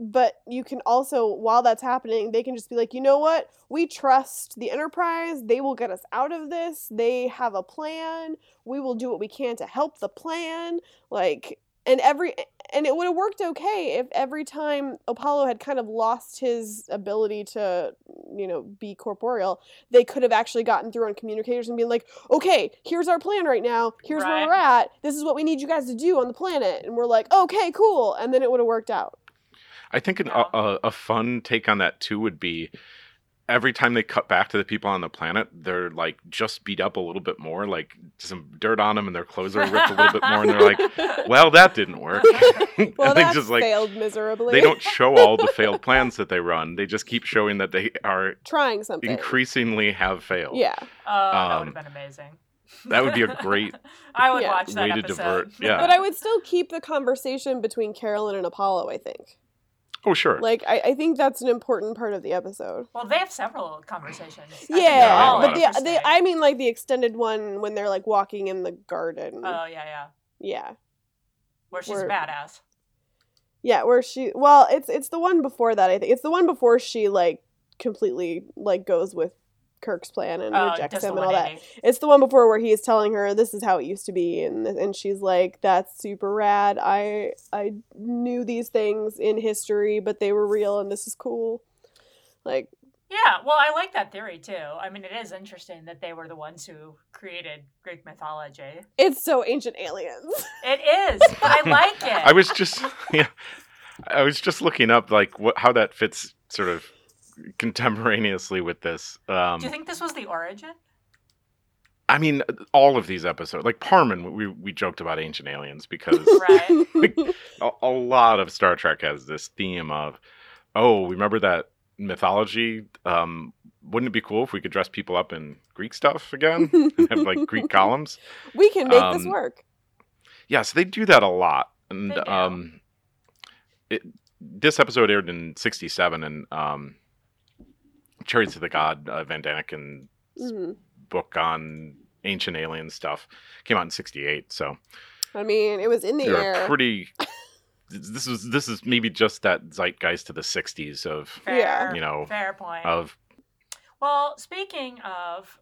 Speaker 3: But you can also, while that's happening, they can just be like, you know what? We trust the Enterprise. They will get us out of this. They have a plan. We will do what we can to help the plan. Like, and every and it would have worked okay if every time Apollo had kind of lost his ability to, you know, be corporeal, they could have actually gotten through on communicators and been like, okay, here's our plan right now. Here's where
Speaker 2: Right.
Speaker 3: we're at. This is what we need you guys to do on the planet. And we're like, okay, cool. And then it would have worked out.
Speaker 1: I think an,
Speaker 2: Yeah.
Speaker 1: a, a, a fun take on that too would be every time they cut back to the people on the planet, they're like just beat up a little bit more, like some dirt on them, and their clothes are ripped a little bit more, and they're like, [LAUGHS] "Well, that didn't work." [LAUGHS] And
Speaker 3: [LAUGHS] well,
Speaker 1: they
Speaker 3: that
Speaker 1: just like
Speaker 3: failed miserably.
Speaker 1: they don't show all the failed plans that they run. They just keep showing that they are
Speaker 3: [LAUGHS] trying something.
Speaker 1: increasingly have failed.
Speaker 3: yeah,
Speaker 2: [LAUGHS] Oh, that would
Speaker 1: Um,
Speaker 2: have been amazing.
Speaker 1: that would be
Speaker 2: [LAUGHS]
Speaker 1: a great
Speaker 2: I would
Speaker 3: Yeah.
Speaker 2: watch that
Speaker 1: way to
Speaker 2: episode. [LAUGHS]
Speaker 1: divert. Yeah.
Speaker 3: but I would still keep the conversation between Carolyn and Apollo. I think,
Speaker 1: oh, sure.
Speaker 3: like, I, I think that's an important part of the episode.
Speaker 2: Well, they have several conversations. I think they're
Speaker 1: Yeah,
Speaker 3: Yeah,
Speaker 2: all
Speaker 3: but the,
Speaker 2: interesting.
Speaker 3: the I mean, like the extended one when they're like walking in the garden.
Speaker 2: Oh yeah, yeah.
Speaker 3: yeah,
Speaker 2: Where she's
Speaker 3: Where-
Speaker 2: badass.
Speaker 3: yeah, where she. Well, it's it's the one before that. I think it's the one before she like completely like goes with Kirk's plan and
Speaker 2: Oh,
Speaker 3: rejects
Speaker 2: does
Speaker 3: him
Speaker 2: the
Speaker 3: and all that.
Speaker 2: 180.
Speaker 3: It's the one before where he's telling her this is how it used to be, and th- and she's like, "That's super rad. I I knew these things in history, but they were real, and this is cool." Like,
Speaker 2: Yeah, well, I like that theory too. I mean, it is interesting that they were the ones who created Greek mythology.
Speaker 3: it's so ancient aliens.
Speaker 2: It is, but
Speaker 1: [LAUGHS]
Speaker 2: I like it.
Speaker 1: I was just [LAUGHS] yeah, I was just looking up like what how that fits sort of contemporaneously with this. Um,
Speaker 2: Do you think this was the origin?
Speaker 1: I mean, all of these episodes, like Parman, we we joked about ancient aliens because
Speaker 2: [LAUGHS] Right.
Speaker 1: a, a lot of Star Trek has this theme of, oh, remember that mythology? Um, wouldn't it be cool if we could dress people up in Greek stuff
Speaker 2: [LAUGHS]
Speaker 1: again and have like Greek columns?
Speaker 3: [LAUGHS] we can make this
Speaker 1: Um,
Speaker 3: work.
Speaker 1: Yeah, so they do that a lot, and
Speaker 2: They do.
Speaker 1: um, it, this episode aired in '67, and um, Chariots of the God, uh, Van Daniken's
Speaker 3: Mhm.
Speaker 1: book on ancient alien stuff came out in '68. So
Speaker 3: I mean, it was in the
Speaker 1: [LAUGHS] you're
Speaker 3: air.
Speaker 1: a pretty. This is this is maybe just that zeitgeist to the '60s of
Speaker 2: Fair,
Speaker 3: Yeah.
Speaker 1: you know
Speaker 2: fair point.
Speaker 1: of
Speaker 2: well, speaking of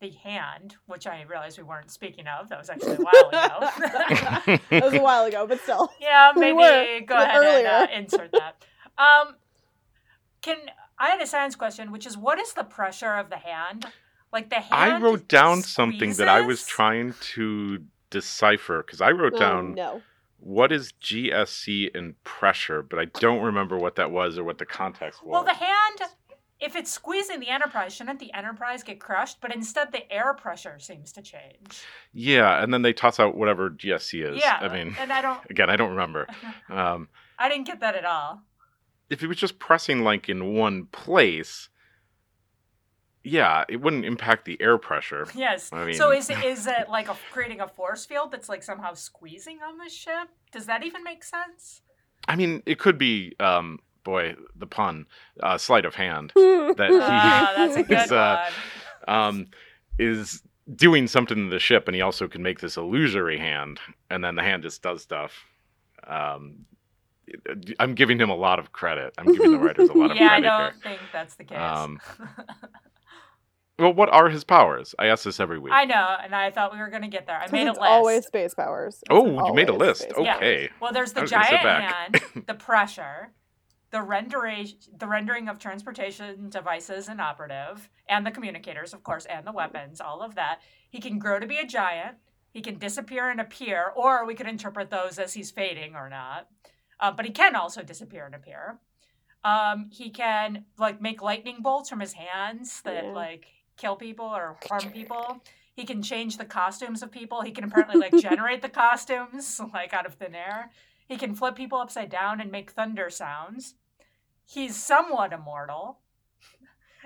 Speaker 2: the hand, which I realized we weren't speaking of, that was actually a while ago.
Speaker 1: [LAUGHS]
Speaker 2: [LAUGHS]
Speaker 3: that was a while ago, but still.
Speaker 2: yeah,
Speaker 3: We
Speaker 2: maybe
Speaker 3: were
Speaker 2: go ahead and uh,
Speaker 3: earlier.
Speaker 2: insert that. Um, can I had a science question, which is what is the pressure of the hand? Like the hand.
Speaker 1: I wrote down something that I was
Speaker 2: squeezes?
Speaker 1: trying to decipher because I wrote
Speaker 3: Oh,
Speaker 1: down
Speaker 3: no.
Speaker 1: what is GSC and pressure, but I don't remember what that was or what the context was.
Speaker 2: Well, the hand, if it's squeezing the Enterprise, shouldn't the Enterprise get crushed? But instead, the air pressure seems to change.
Speaker 1: yeah, and then they toss out whatever GSC is.
Speaker 2: yeah.
Speaker 1: I mean,
Speaker 2: and I don't,
Speaker 1: again, I don't remember. Um,
Speaker 2: I didn't get that at all.
Speaker 1: if it was just pressing like in one place, yeah, it wouldn't impact the air pressure.
Speaker 2: Yes.
Speaker 1: I
Speaker 2: so
Speaker 1: mean-
Speaker 2: is it, is it like a, creating a force field that's like somehow squeezing on the ship? Does that even
Speaker 1: [LAUGHS]
Speaker 2: make sense?
Speaker 1: I mean, it could be, um, boy, the pun, uh, sleight of hand.
Speaker 3: [LAUGHS]
Speaker 1: that he-
Speaker 2: Ah, that's a good
Speaker 1: uh, It's, uh,
Speaker 2: one.
Speaker 1: um, is doing something to the ship, and he also can make this illusory hand, and then the hand just does stuff. Um, I'm giving him a lot of credit. I'm giving the writers a
Speaker 2: [LAUGHS]
Speaker 1: lot of
Speaker 2: Yeah, I
Speaker 1: credit
Speaker 2: don't
Speaker 1: here.
Speaker 2: think that's the case. [LAUGHS]
Speaker 1: Um, Well, what are his powers? I ask this every week.
Speaker 2: I know, and I thought we were going to get there. I
Speaker 3: 'Cause
Speaker 2: made a
Speaker 3: it's
Speaker 2: list.
Speaker 3: always space powers. It's
Speaker 1: oh, you made a
Speaker 3: always
Speaker 1: list.
Speaker 3: space powers.
Speaker 2: Yeah.
Speaker 1: Okay.
Speaker 2: Well, there's
Speaker 1: I
Speaker 2: the
Speaker 1: was gonna sit
Speaker 2: giant
Speaker 1: back.
Speaker 2: hand, the pressure, the renderation, the rendering of transportation devices and operative, and the communicators, of course, and the weapons, all of that. He can grow to be a giant. He can disappear and appear, or we could interpret those as he's fading or not. Uh, but he can also disappear and appear. Um, he can like make lightning bolts from his hands that
Speaker 3: Yeah.
Speaker 2: like kill people or harm people. He can change the costumes of people. He can apparently like generate the costumes [LAUGHS] like out of thin air. He can flip people upside down and make thunder sounds. He's somewhat immortal.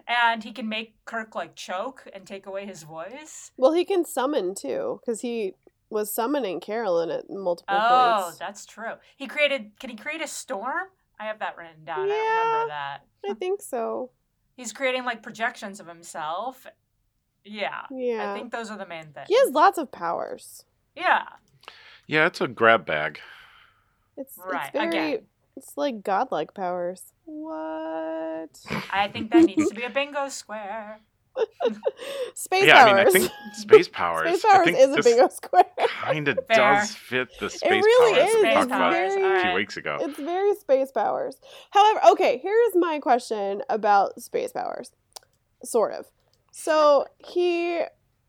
Speaker 2: And he can make Kirk like choke and take away his voice.
Speaker 3: Well, he can summon too, because he was summoning Carolyn at multiple
Speaker 2: oh,
Speaker 3: points.
Speaker 2: that's true. He created can he create a storm? I have that written down. I don't
Speaker 3: Yeah.
Speaker 2: remember that.
Speaker 3: I think so.
Speaker 2: He's creating like projections of himself. Yeah.
Speaker 3: Yeah.
Speaker 2: I think those are the main things.
Speaker 3: he has lots of powers.
Speaker 2: Yeah.
Speaker 1: Yeah, it's a grab bag.
Speaker 3: It's,
Speaker 2: Right.
Speaker 3: it's very,
Speaker 2: Again.
Speaker 3: it's like godlike powers. What? [LAUGHS]
Speaker 2: I think that needs to be a bingo square.
Speaker 3: [LAUGHS] space
Speaker 1: yeah,
Speaker 3: powers.
Speaker 1: I mean, I think space powers.
Speaker 3: space
Speaker 1: I
Speaker 3: powers
Speaker 1: think
Speaker 3: is a
Speaker 1: this
Speaker 3: bingo square. [LAUGHS]
Speaker 1: kind of
Speaker 2: [LAUGHS] Fair.
Speaker 1: does fit the space
Speaker 3: really
Speaker 1: powers
Speaker 3: is.
Speaker 1: we
Speaker 2: Space
Speaker 1: talked about
Speaker 2: powers.
Speaker 3: a
Speaker 2: All
Speaker 1: a
Speaker 2: right.
Speaker 1: few weeks ago.
Speaker 3: It's very space powers. However, okay, here's my question about space powers. Sort of. So he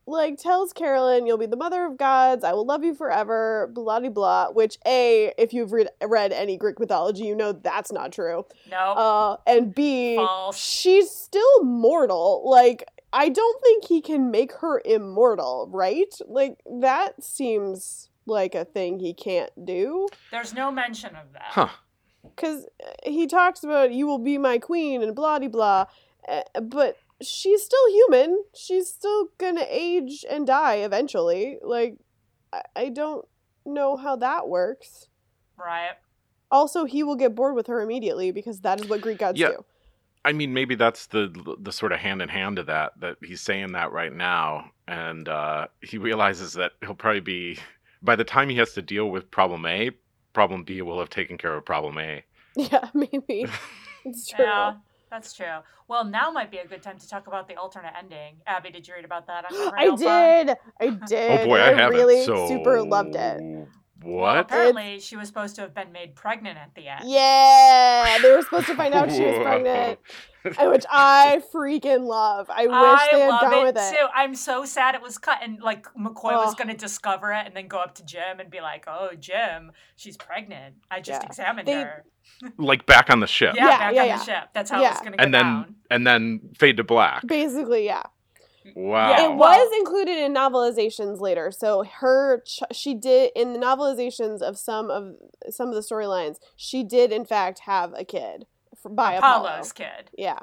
Speaker 3: like tells Carolyn, "You'll be the mother of gods. I will love you forever." Blah de blah. Which a, if you've read read any Greek mythology, you know that's not true.
Speaker 2: No.
Speaker 3: Uh, and b,
Speaker 2: Oh. False.
Speaker 3: she's still mortal. Like I don't think he can make her immortal, right? Like that seems like a thing he can't do
Speaker 2: There's no mention of that.
Speaker 1: Huh.
Speaker 3: because uh, he talks about you will be my queen and blah de blah, eh, but she's still human. She's still gonna age and die eventually. Like, I, I don't know how that works.
Speaker 2: Right.
Speaker 3: Also, he will get bored with her immediately because that is what Greek gods
Speaker 1: Yeah.
Speaker 3: do. [LAUGHS]
Speaker 1: I mean, maybe that's the the sort of hand in hand to that that he's saying that right now, and uh, he realizes that he'll probably be by the time he has to deal with problem A, problem B will have taken care of problem A.
Speaker 3: Yeah, maybe
Speaker 2: [LAUGHS]
Speaker 3: it's true.
Speaker 2: Yeah. That's true. Well, now might be a good time to talk about the alternate ending. Abby, did you read about that? On
Speaker 3: [LAUGHS] [GASPS]
Speaker 2: Conrad
Speaker 3: I
Speaker 2: Alpha?
Speaker 3: did. I
Speaker 2: [LAUGHS]
Speaker 1: [LAUGHS]
Speaker 3: did.
Speaker 1: oh boy,
Speaker 3: and
Speaker 1: I haven't.
Speaker 3: really
Speaker 1: so
Speaker 3: super loved it.
Speaker 2: Well,
Speaker 1: What?
Speaker 2: apparently, she was supposed to have been made pregnant at the end.
Speaker 3: Yeah, they were supposed to find
Speaker 1: [LAUGHS]
Speaker 3: out she was pregnant,
Speaker 1: Whoa.
Speaker 3: which
Speaker 2: [LAUGHS]
Speaker 3: I freaking love. I wish
Speaker 2: I
Speaker 3: they had
Speaker 2: love
Speaker 3: done
Speaker 2: it
Speaker 3: with it.
Speaker 2: too. I'm so sad it was cut, and like McCoy was
Speaker 3: Ugh.
Speaker 2: going to discover it and then go up to Jim and be like, "Oh, Jim, she's pregnant. I just
Speaker 3: Yeah.
Speaker 2: examined
Speaker 3: They-
Speaker 2: her.
Speaker 1: like back on the ship,
Speaker 2: Yeah,
Speaker 3: Yeah,
Speaker 2: back
Speaker 3: yeah,
Speaker 2: on
Speaker 3: yeah.
Speaker 2: the ship. That's how it
Speaker 3: Yeah.
Speaker 2: was going to go
Speaker 1: and then
Speaker 2: down.
Speaker 1: and then fade to black.
Speaker 3: Basically, yeah.
Speaker 1: Wow.
Speaker 2: Yeah,
Speaker 3: It
Speaker 2: Wow.
Speaker 3: was included in novelizations later. So her ch- she did in the novelizations of some of some of the storylines, she did in fact have a kid f- by Apollo.
Speaker 2: Apollo's kid.
Speaker 3: Yeah.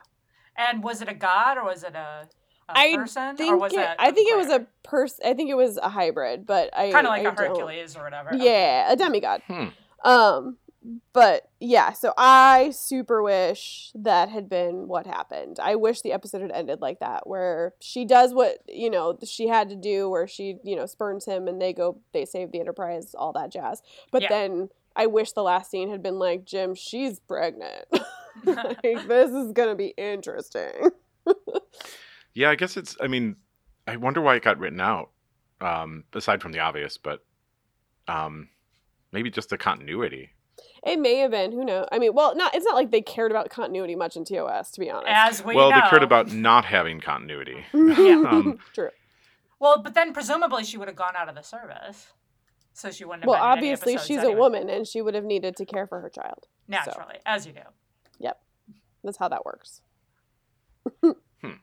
Speaker 2: And was it a god or was it a, a
Speaker 3: I
Speaker 2: person?
Speaker 3: Think
Speaker 2: or was
Speaker 3: it,
Speaker 2: that
Speaker 3: I think it was a person I think it was a hybrid, but I
Speaker 2: kind of like
Speaker 3: a
Speaker 2: a Hercules or whatever. [LAUGHS]
Speaker 3: Yeah, a demigod.
Speaker 1: Hmm.
Speaker 3: Um but yeah, so I super wish that had been what happened. I wish the episode had ended like that where she does what, you know, she had to do where she, you know, spurns him and they go they save the enterprise, all that jazz. But
Speaker 2: Yeah.
Speaker 3: then I wish the last scene had been like, "Jim, she's pregnant." [LAUGHS]
Speaker 2: [LAUGHS]
Speaker 3: like, this is going to be interesting.
Speaker 1: Yeah, I guess it's. I mean, I wonder why it got written out. Um, aside from the obvious, but um, maybe just the continuity.
Speaker 3: It may have been, who knows. I mean, well, not it's not like they cared about continuity much in TOS, to be honest. [LAUGHS]
Speaker 2: As we
Speaker 1: well,
Speaker 2: know.
Speaker 1: they cared about not having continuity. Um,
Speaker 3: True.
Speaker 2: Well, but then presumably she would have gone out of the service, so she wouldn't. have
Speaker 3: Well,
Speaker 2: been in any
Speaker 3: obviously
Speaker 2: episodes
Speaker 3: she's a
Speaker 2: anyway.
Speaker 3: woman and she would have needed to care for her child.
Speaker 2: naturally, as you do.
Speaker 3: That's how that works.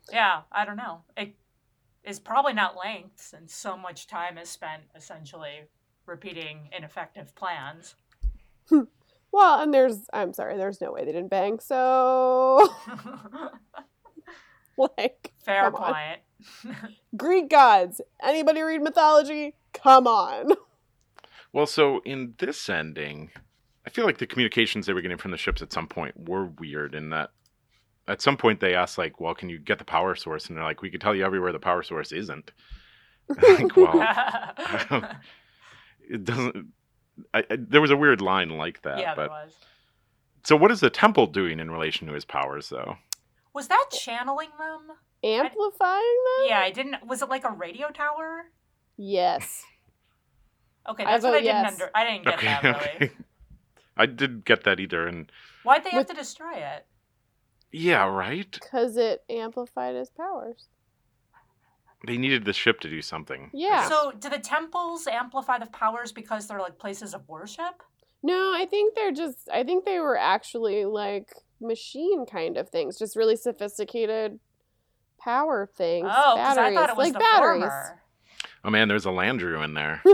Speaker 2: Yeah, I don't know. It is probably not length since so much time is spent essentially repeating ineffective plans. [LAUGHS]
Speaker 3: Well, and there's I'm sorry, there's no way they didn't bang. So [LAUGHS] like
Speaker 2: Fair
Speaker 3: Come on.
Speaker 2: point.
Speaker 3: Greek gods. Anybody read mythology? Come on.
Speaker 1: Well, so in this ending, I feel like the communications they were getting from the ships at some point were weird in that at some point they asked like, "Well, can you get the power source?" And they're like, "We could tell you everywhere the power source isn't." [LAUGHS] like,
Speaker 2: [LAUGHS]
Speaker 1: well, it doesn't. I, I, there was a weird line like that.
Speaker 2: yeah, there
Speaker 1: but
Speaker 2: was.
Speaker 1: so, what is the temple doing in relation to his powers, though?
Speaker 2: Was that channeling them?
Speaker 3: Amplifying them?
Speaker 2: Yeah, I didn't. Was it like a radio tower?
Speaker 3: Yes.
Speaker 2: Okay,
Speaker 3: I
Speaker 2: that's what
Speaker 3: vote
Speaker 2: I didn't
Speaker 3: yes.
Speaker 2: under. I
Speaker 1: [LAUGHS]
Speaker 2: didn't get that really.
Speaker 1: I didn't get that either. And
Speaker 2: Why'd they have
Speaker 3: With-
Speaker 2: to destroy it?
Speaker 1: yeah, right.
Speaker 3: Cause it amplified his powers.
Speaker 1: They needed the ship to do something. I
Speaker 3: Yeah.
Speaker 1: guess.
Speaker 2: So, do the temples amplify the powers because they're like places of worship?
Speaker 3: No, I think they're just I think they were actually like machine kind of things, just really sophisticated power things.
Speaker 2: Oh, because I thought
Speaker 3: batteries,
Speaker 2: it was
Speaker 3: like
Speaker 2: the
Speaker 3: batteries. [LAUGHS]
Speaker 2: former.
Speaker 1: oh man, there's a Landrew in there, [LAUGHS]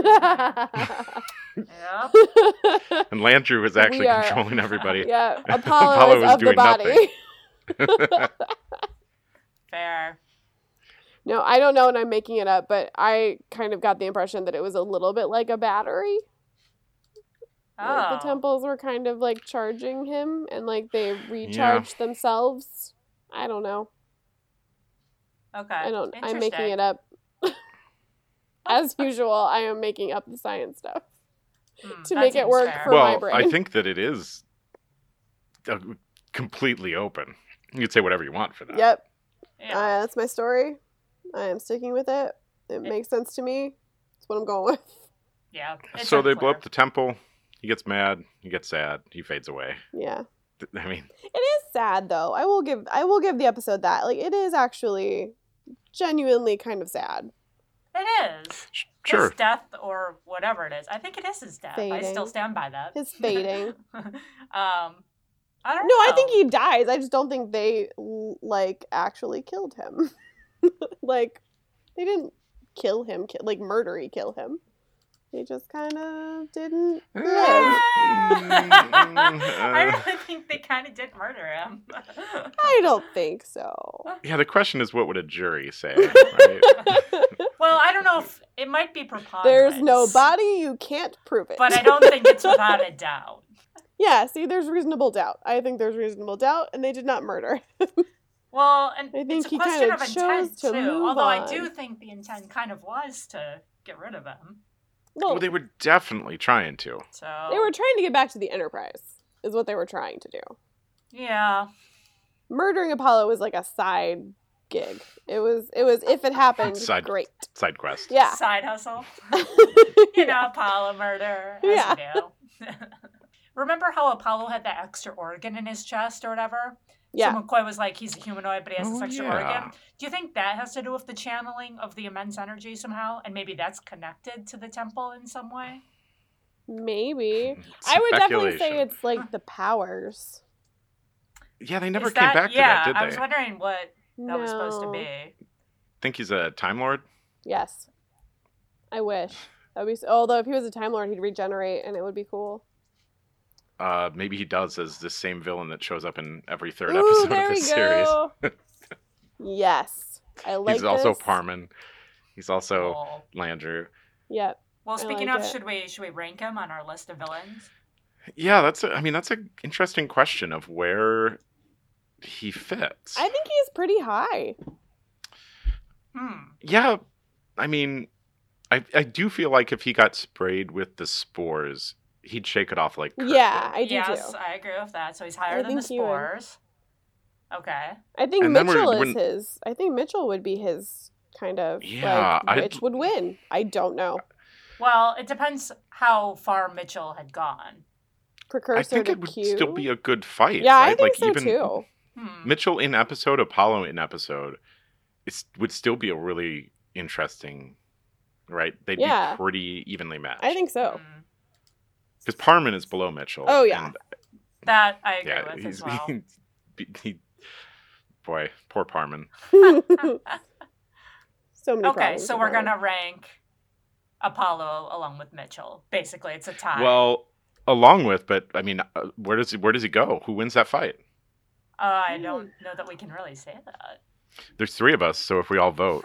Speaker 2: Yep.
Speaker 3: [LAUGHS]
Speaker 2: [LAUGHS]
Speaker 1: and Landrew is actually
Speaker 3: We are- [LAUGHS]
Speaker 1: controlling everybody.
Speaker 3: yeah, Apollo,
Speaker 1: Apollo
Speaker 3: is
Speaker 1: was
Speaker 3: of the
Speaker 1: doing
Speaker 3: body.
Speaker 1: nothing.
Speaker 2: Fair.
Speaker 3: [LAUGHS] No, I don't know, and I'm making it up, but I kind of got the impression that it was a little bit like a battery. Like,
Speaker 2: Ah.
Speaker 3: the
Speaker 2: Oh.
Speaker 3: temples were kind of like charging him, and like they recharged themselves. I don't know.
Speaker 2: Okay.
Speaker 3: I don't. I'm making
Speaker 2: Interesting.
Speaker 3: it up. [LAUGHS] As usual, I am making up the science stuff.
Speaker 2: Hmm,
Speaker 3: to
Speaker 2: that
Speaker 3: make it
Speaker 2: seems
Speaker 3: work
Speaker 2: fair.
Speaker 3: for my
Speaker 1: well, I
Speaker 3: brain.
Speaker 1: think that it is uh, completely open. You could say whatever you want for that.
Speaker 3: Yep,
Speaker 2: Yeah.
Speaker 3: uh, that's my story. I am sticking with it. It makes sense to me. That's what I'm going with. [LAUGHS]
Speaker 2: yeah. it's
Speaker 1: so they blow
Speaker 2: unclear.
Speaker 1: up the temple. He gets mad. He gets sad. He fades away.
Speaker 3: Yeah.
Speaker 1: Th- I mean,
Speaker 3: It is sad though. I will give I will give the episode that. Like it is actually genuinely kind of sad.
Speaker 2: It is.
Speaker 1: Sh- Sure.
Speaker 2: His death or whatever it is. I think it is his death. I
Speaker 3: Fading.
Speaker 2: still stand by that.
Speaker 3: [LAUGHS] His fading.
Speaker 2: [LAUGHS] um, I don't
Speaker 3: No, I think
Speaker 2: [LAUGHS] know.
Speaker 3: he dies. I just don't think they l- like actually killed him. [LAUGHS] like they didn't kill him, ki- like murdery kill him. They just kind of didn't
Speaker 1: [LAUGHS] Uh,
Speaker 3: [LAUGHS] live.
Speaker 2: I
Speaker 1: Mm, uh,
Speaker 2: really think they kind of did murder him. [LAUGHS]
Speaker 3: I don't think so.
Speaker 1: yeah, the question is, what would a jury
Speaker 3: [LAUGHS]
Speaker 1: say? Right?
Speaker 2: well, I don't know if it might be preponderance.
Speaker 3: There's no body, you can't prove it.
Speaker 2: But I don't think it's without a doubt.
Speaker 3: yeah, see, there's reasonable doubt. I think there's reasonable doubt, and they did not murder. [LAUGHS]
Speaker 2: Well, and
Speaker 3: I think
Speaker 2: it's a
Speaker 3: he
Speaker 2: question
Speaker 3: kinda
Speaker 2: of
Speaker 3: chose
Speaker 2: intent
Speaker 3: to
Speaker 2: too.
Speaker 3: move
Speaker 2: Although I do
Speaker 3: on.
Speaker 2: think the intent kind of was to get rid of him.
Speaker 3: No,
Speaker 1: well, they were definitely trying to.
Speaker 2: So
Speaker 3: they were trying to get back to the Enterprise, is what they were trying to do.
Speaker 2: yeah.
Speaker 3: Murdering Apollo was like a side gig. It was, it was if it
Speaker 1: [LAUGHS]
Speaker 3: happened,
Speaker 1: Side-
Speaker 3: great.
Speaker 1: Side quest.
Speaker 3: Yeah. [LAUGHS]
Speaker 2: Side hustle.
Speaker 3: Yeah.
Speaker 2: you know, Apollo murder. As
Speaker 3: Yeah.
Speaker 2: You do. [LAUGHS] Remember how Apollo had that extra organ in his chest or whatever?
Speaker 3: Yeah.
Speaker 2: So McCoy was like, he's a humanoid, but he has
Speaker 1: Oh,
Speaker 2: this extra
Speaker 1: yeah.
Speaker 2: organ. Do you think that has to do with the channeling of the immense energy somehow? And maybe that's connected to the temple in some way?
Speaker 3: Maybe. I would definitely
Speaker 1: Mm-hmm. Hmm.
Speaker 3: say
Speaker 1: Speculation.
Speaker 3: it's like the powers.
Speaker 1: Yeah, they never
Speaker 2: Is
Speaker 1: came
Speaker 2: that-
Speaker 1: back to
Speaker 2: yeah,
Speaker 1: that, did
Speaker 2: I
Speaker 1: they?
Speaker 2: was wondering what that was supposed to
Speaker 3: No.
Speaker 2: be.
Speaker 1: Think he's a time lord?
Speaker 3: Yes. I wish. That would be so, although if he was a time lord, he'd regenerate and it would be cool.
Speaker 1: Uh, maybe he does as the same villain that shows up in every third
Speaker 3: Ooh,
Speaker 1: episode
Speaker 3: there
Speaker 1: of
Speaker 3: we
Speaker 1: this series. [LAUGHS]
Speaker 3: go. yes. I like
Speaker 1: he's also
Speaker 3: this.
Speaker 1: Parman. He's also
Speaker 2: Cool.
Speaker 1: Landrew.
Speaker 3: Yep.
Speaker 2: Well,
Speaker 3: I
Speaker 2: speaking
Speaker 3: like
Speaker 2: of,
Speaker 3: it.
Speaker 2: should we should we rank him on our list of villains?
Speaker 1: Yeah, that's. A, I mean, that's an interesting question of where he fits.
Speaker 3: I think he's pretty high.
Speaker 2: Hmm.
Speaker 1: yeah, I mean, I I do feel like if he got sprayed with the spores, he'd shake it off like. Kirk
Speaker 3: Yeah,
Speaker 1: did.
Speaker 3: I do
Speaker 2: yes,
Speaker 3: too.
Speaker 2: I agree with that. So he's higher
Speaker 3: I
Speaker 2: than the
Speaker 3: think he would.
Speaker 2: spores. Okay.
Speaker 3: I think
Speaker 1: And then we're-
Speaker 3: Mitchell is
Speaker 1: when-
Speaker 3: his. I think Mitchell would be his kind of
Speaker 1: Yeah,
Speaker 3: like
Speaker 1: I'd-
Speaker 3: which would win. I don't know.
Speaker 2: Well, it depends how far Mitchell had gone.
Speaker 3: Precursor
Speaker 1: I think
Speaker 3: to
Speaker 1: it would
Speaker 3: Q.
Speaker 1: still be a good fight.
Speaker 3: yeah, I
Speaker 1: right?
Speaker 3: think so too. Mm-hmm.
Speaker 2: Hmm.
Speaker 1: Mitchell in episode, Apollo in episode, it would still be a really interesting, right? They'd
Speaker 3: Yeah.
Speaker 1: be pretty evenly matched.
Speaker 3: I think so. [LAUGHS]
Speaker 2: Hmm.
Speaker 1: because Parman is below Mitchell.
Speaker 3: Oh, yeah.
Speaker 1: and,
Speaker 2: That I agree
Speaker 1: yeah.
Speaker 2: with
Speaker 1: He's, [LAUGHS]
Speaker 2: as well.
Speaker 1: he, he- boy, poor Parman.
Speaker 3: so many
Speaker 2: okay,
Speaker 3: problems
Speaker 2: so
Speaker 3: with
Speaker 2: we're
Speaker 3: that.
Speaker 2: gonna rank Apollo along with Mitchell. Basically, it's a tie.
Speaker 1: Well, along with, but I mean, uh, where does he, where does he go? Who wins that fight?
Speaker 2: uh, I don't
Speaker 3: Hmm.
Speaker 2: know that we can really say that.
Speaker 1: There's three of us, so if we all vote,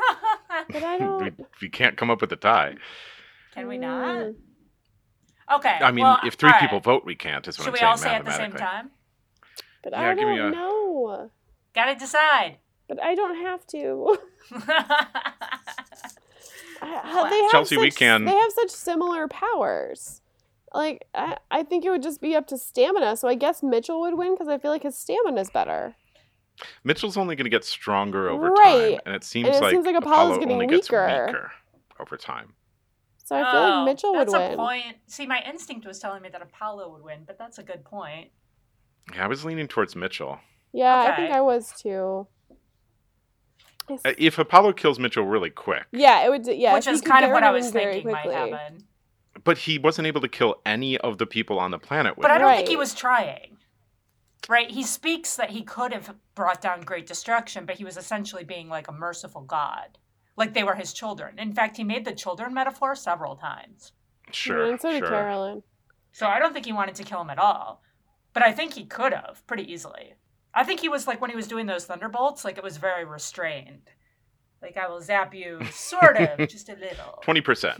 Speaker 3: But I
Speaker 1: [LAUGHS] we,
Speaker 3: don't.
Speaker 1: we can't come up with a tie.
Speaker 2: [LAUGHS] can we not?
Speaker 3: Mm.
Speaker 2: Okay.
Speaker 1: I mean,
Speaker 2: well,
Speaker 1: if three
Speaker 2: all right.
Speaker 1: people vote, we can't. Is what
Speaker 2: should
Speaker 1: I'm
Speaker 2: we
Speaker 1: saying.
Speaker 2: all say at the same
Speaker 1: mathematically.
Speaker 2: time?
Speaker 3: But
Speaker 1: Yeah,
Speaker 3: I
Speaker 1: give
Speaker 3: don't
Speaker 1: me a-
Speaker 3: know.
Speaker 2: Gotta decide. [LAUGHS]
Speaker 3: But I don't have to. [LAUGHS] I- I- they have
Speaker 1: Chelsea,
Speaker 3: such,
Speaker 1: we can-
Speaker 3: They have such similar powers. Like I, I think it would just be up to stamina. So I guess Mitchell would win because I feel like his stamina is better.
Speaker 1: Mitchell's only going to get stronger over
Speaker 3: Right.
Speaker 1: time, and it seems
Speaker 3: And it
Speaker 1: like
Speaker 3: seems like Apollo's
Speaker 1: Apollo
Speaker 3: getting
Speaker 1: only gets
Speaker 3: weaker.
Speaker 1: weaker over time.
Speaker 3: So I feel
Speaker 2: Oh,
Speaker 3: like Mitchell would
Speaker 2: that's
Speaker 3: win.
Speaker 2: a point. See, my instinct was telling me that Apollo would win, but that's a good point.
Speaker 1: Yeah, I was leaning towards Mitchell.
Speaker 3: Yeah, I think
Speaker 2: Okay.
Speaker 3: I was too. Yes.
Speaker 1: Uh, If Apollo kills Mitchell really quick,
Speaker 3: yeah, it would. d- Yeah,
Speaker 2: which
Speaker 3: if
Speaker 2: is
Speaker 3: you could
Speaker 2: kind of
Speaker 3: get
Speaker 2: what
Speaker 3: rid
Speaker 2: I
Speaker 3: him
Speaker 2: was
Speaker 3: very
Speaker 2: thinking might
Speaker 3: quickly.
Speaker 2: happen.
Speaker 1: but he wasn't able to kill any of the people on the planet with
Speaker 2: But I
Speaker 1: him.
Speaker 2: don't think he
Speaker 3: Right.
Speaker 2: was trying. Right? He speaks that he could have brought down great destruction, but he was essentially being like a merciful god. Like they were his children. In fact, he made the children metaphor several times.
Speaker 1: Sure,
Speaker 3: And so did
Speaker 1: sure.
Speaker 2: [LAUGHS]
Speaker 3: Carolyn. [LAUGHS]
Speaker 2: So I don't think he wanted to kill him at all. But I think he could have pretty easily. I think he was like when he was doing those thunderbolts, like it was very restrained. Like I will zap you sort of, just a little.
Speaker 1: [LAUGHS] Twenty percent.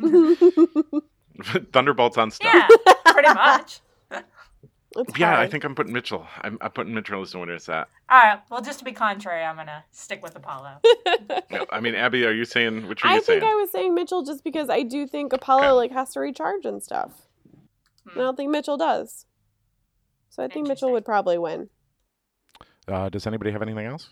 Speaker 1: Thunderbolts on stuff.
Speaker 2: Yeah, pretty much.
Speaker 3: It's
Speaker 1: Yeah, I
Speaker 3: hard. [LAUGHS]
Speaker 1: think I'm putting Mitchell. I'm, I'm putting Mitchell as the winner. Is that?
Speaker 2: All right. Well, just to be contrary, I'm gonna stick with Apollo.
Speaker 1: No, I mean, Abby, are you saying what are
Speaker 3: I
Speaker 1: you
Speaker 3: think
Speaker 1: saying?
Speaker 3: I was saying Mitchell just because I do think Apollo
Speaker 1: Okay.
Speaker 3: like has to recharge and stuff.
Speaker 2: Hmm.
Speaker 3: And I don't think Mitchell does. So I think Mitchell
Speaker 2: Interesting.
Speaker 3: would probably win.
Speaker 1: uh, does anybody have anything else?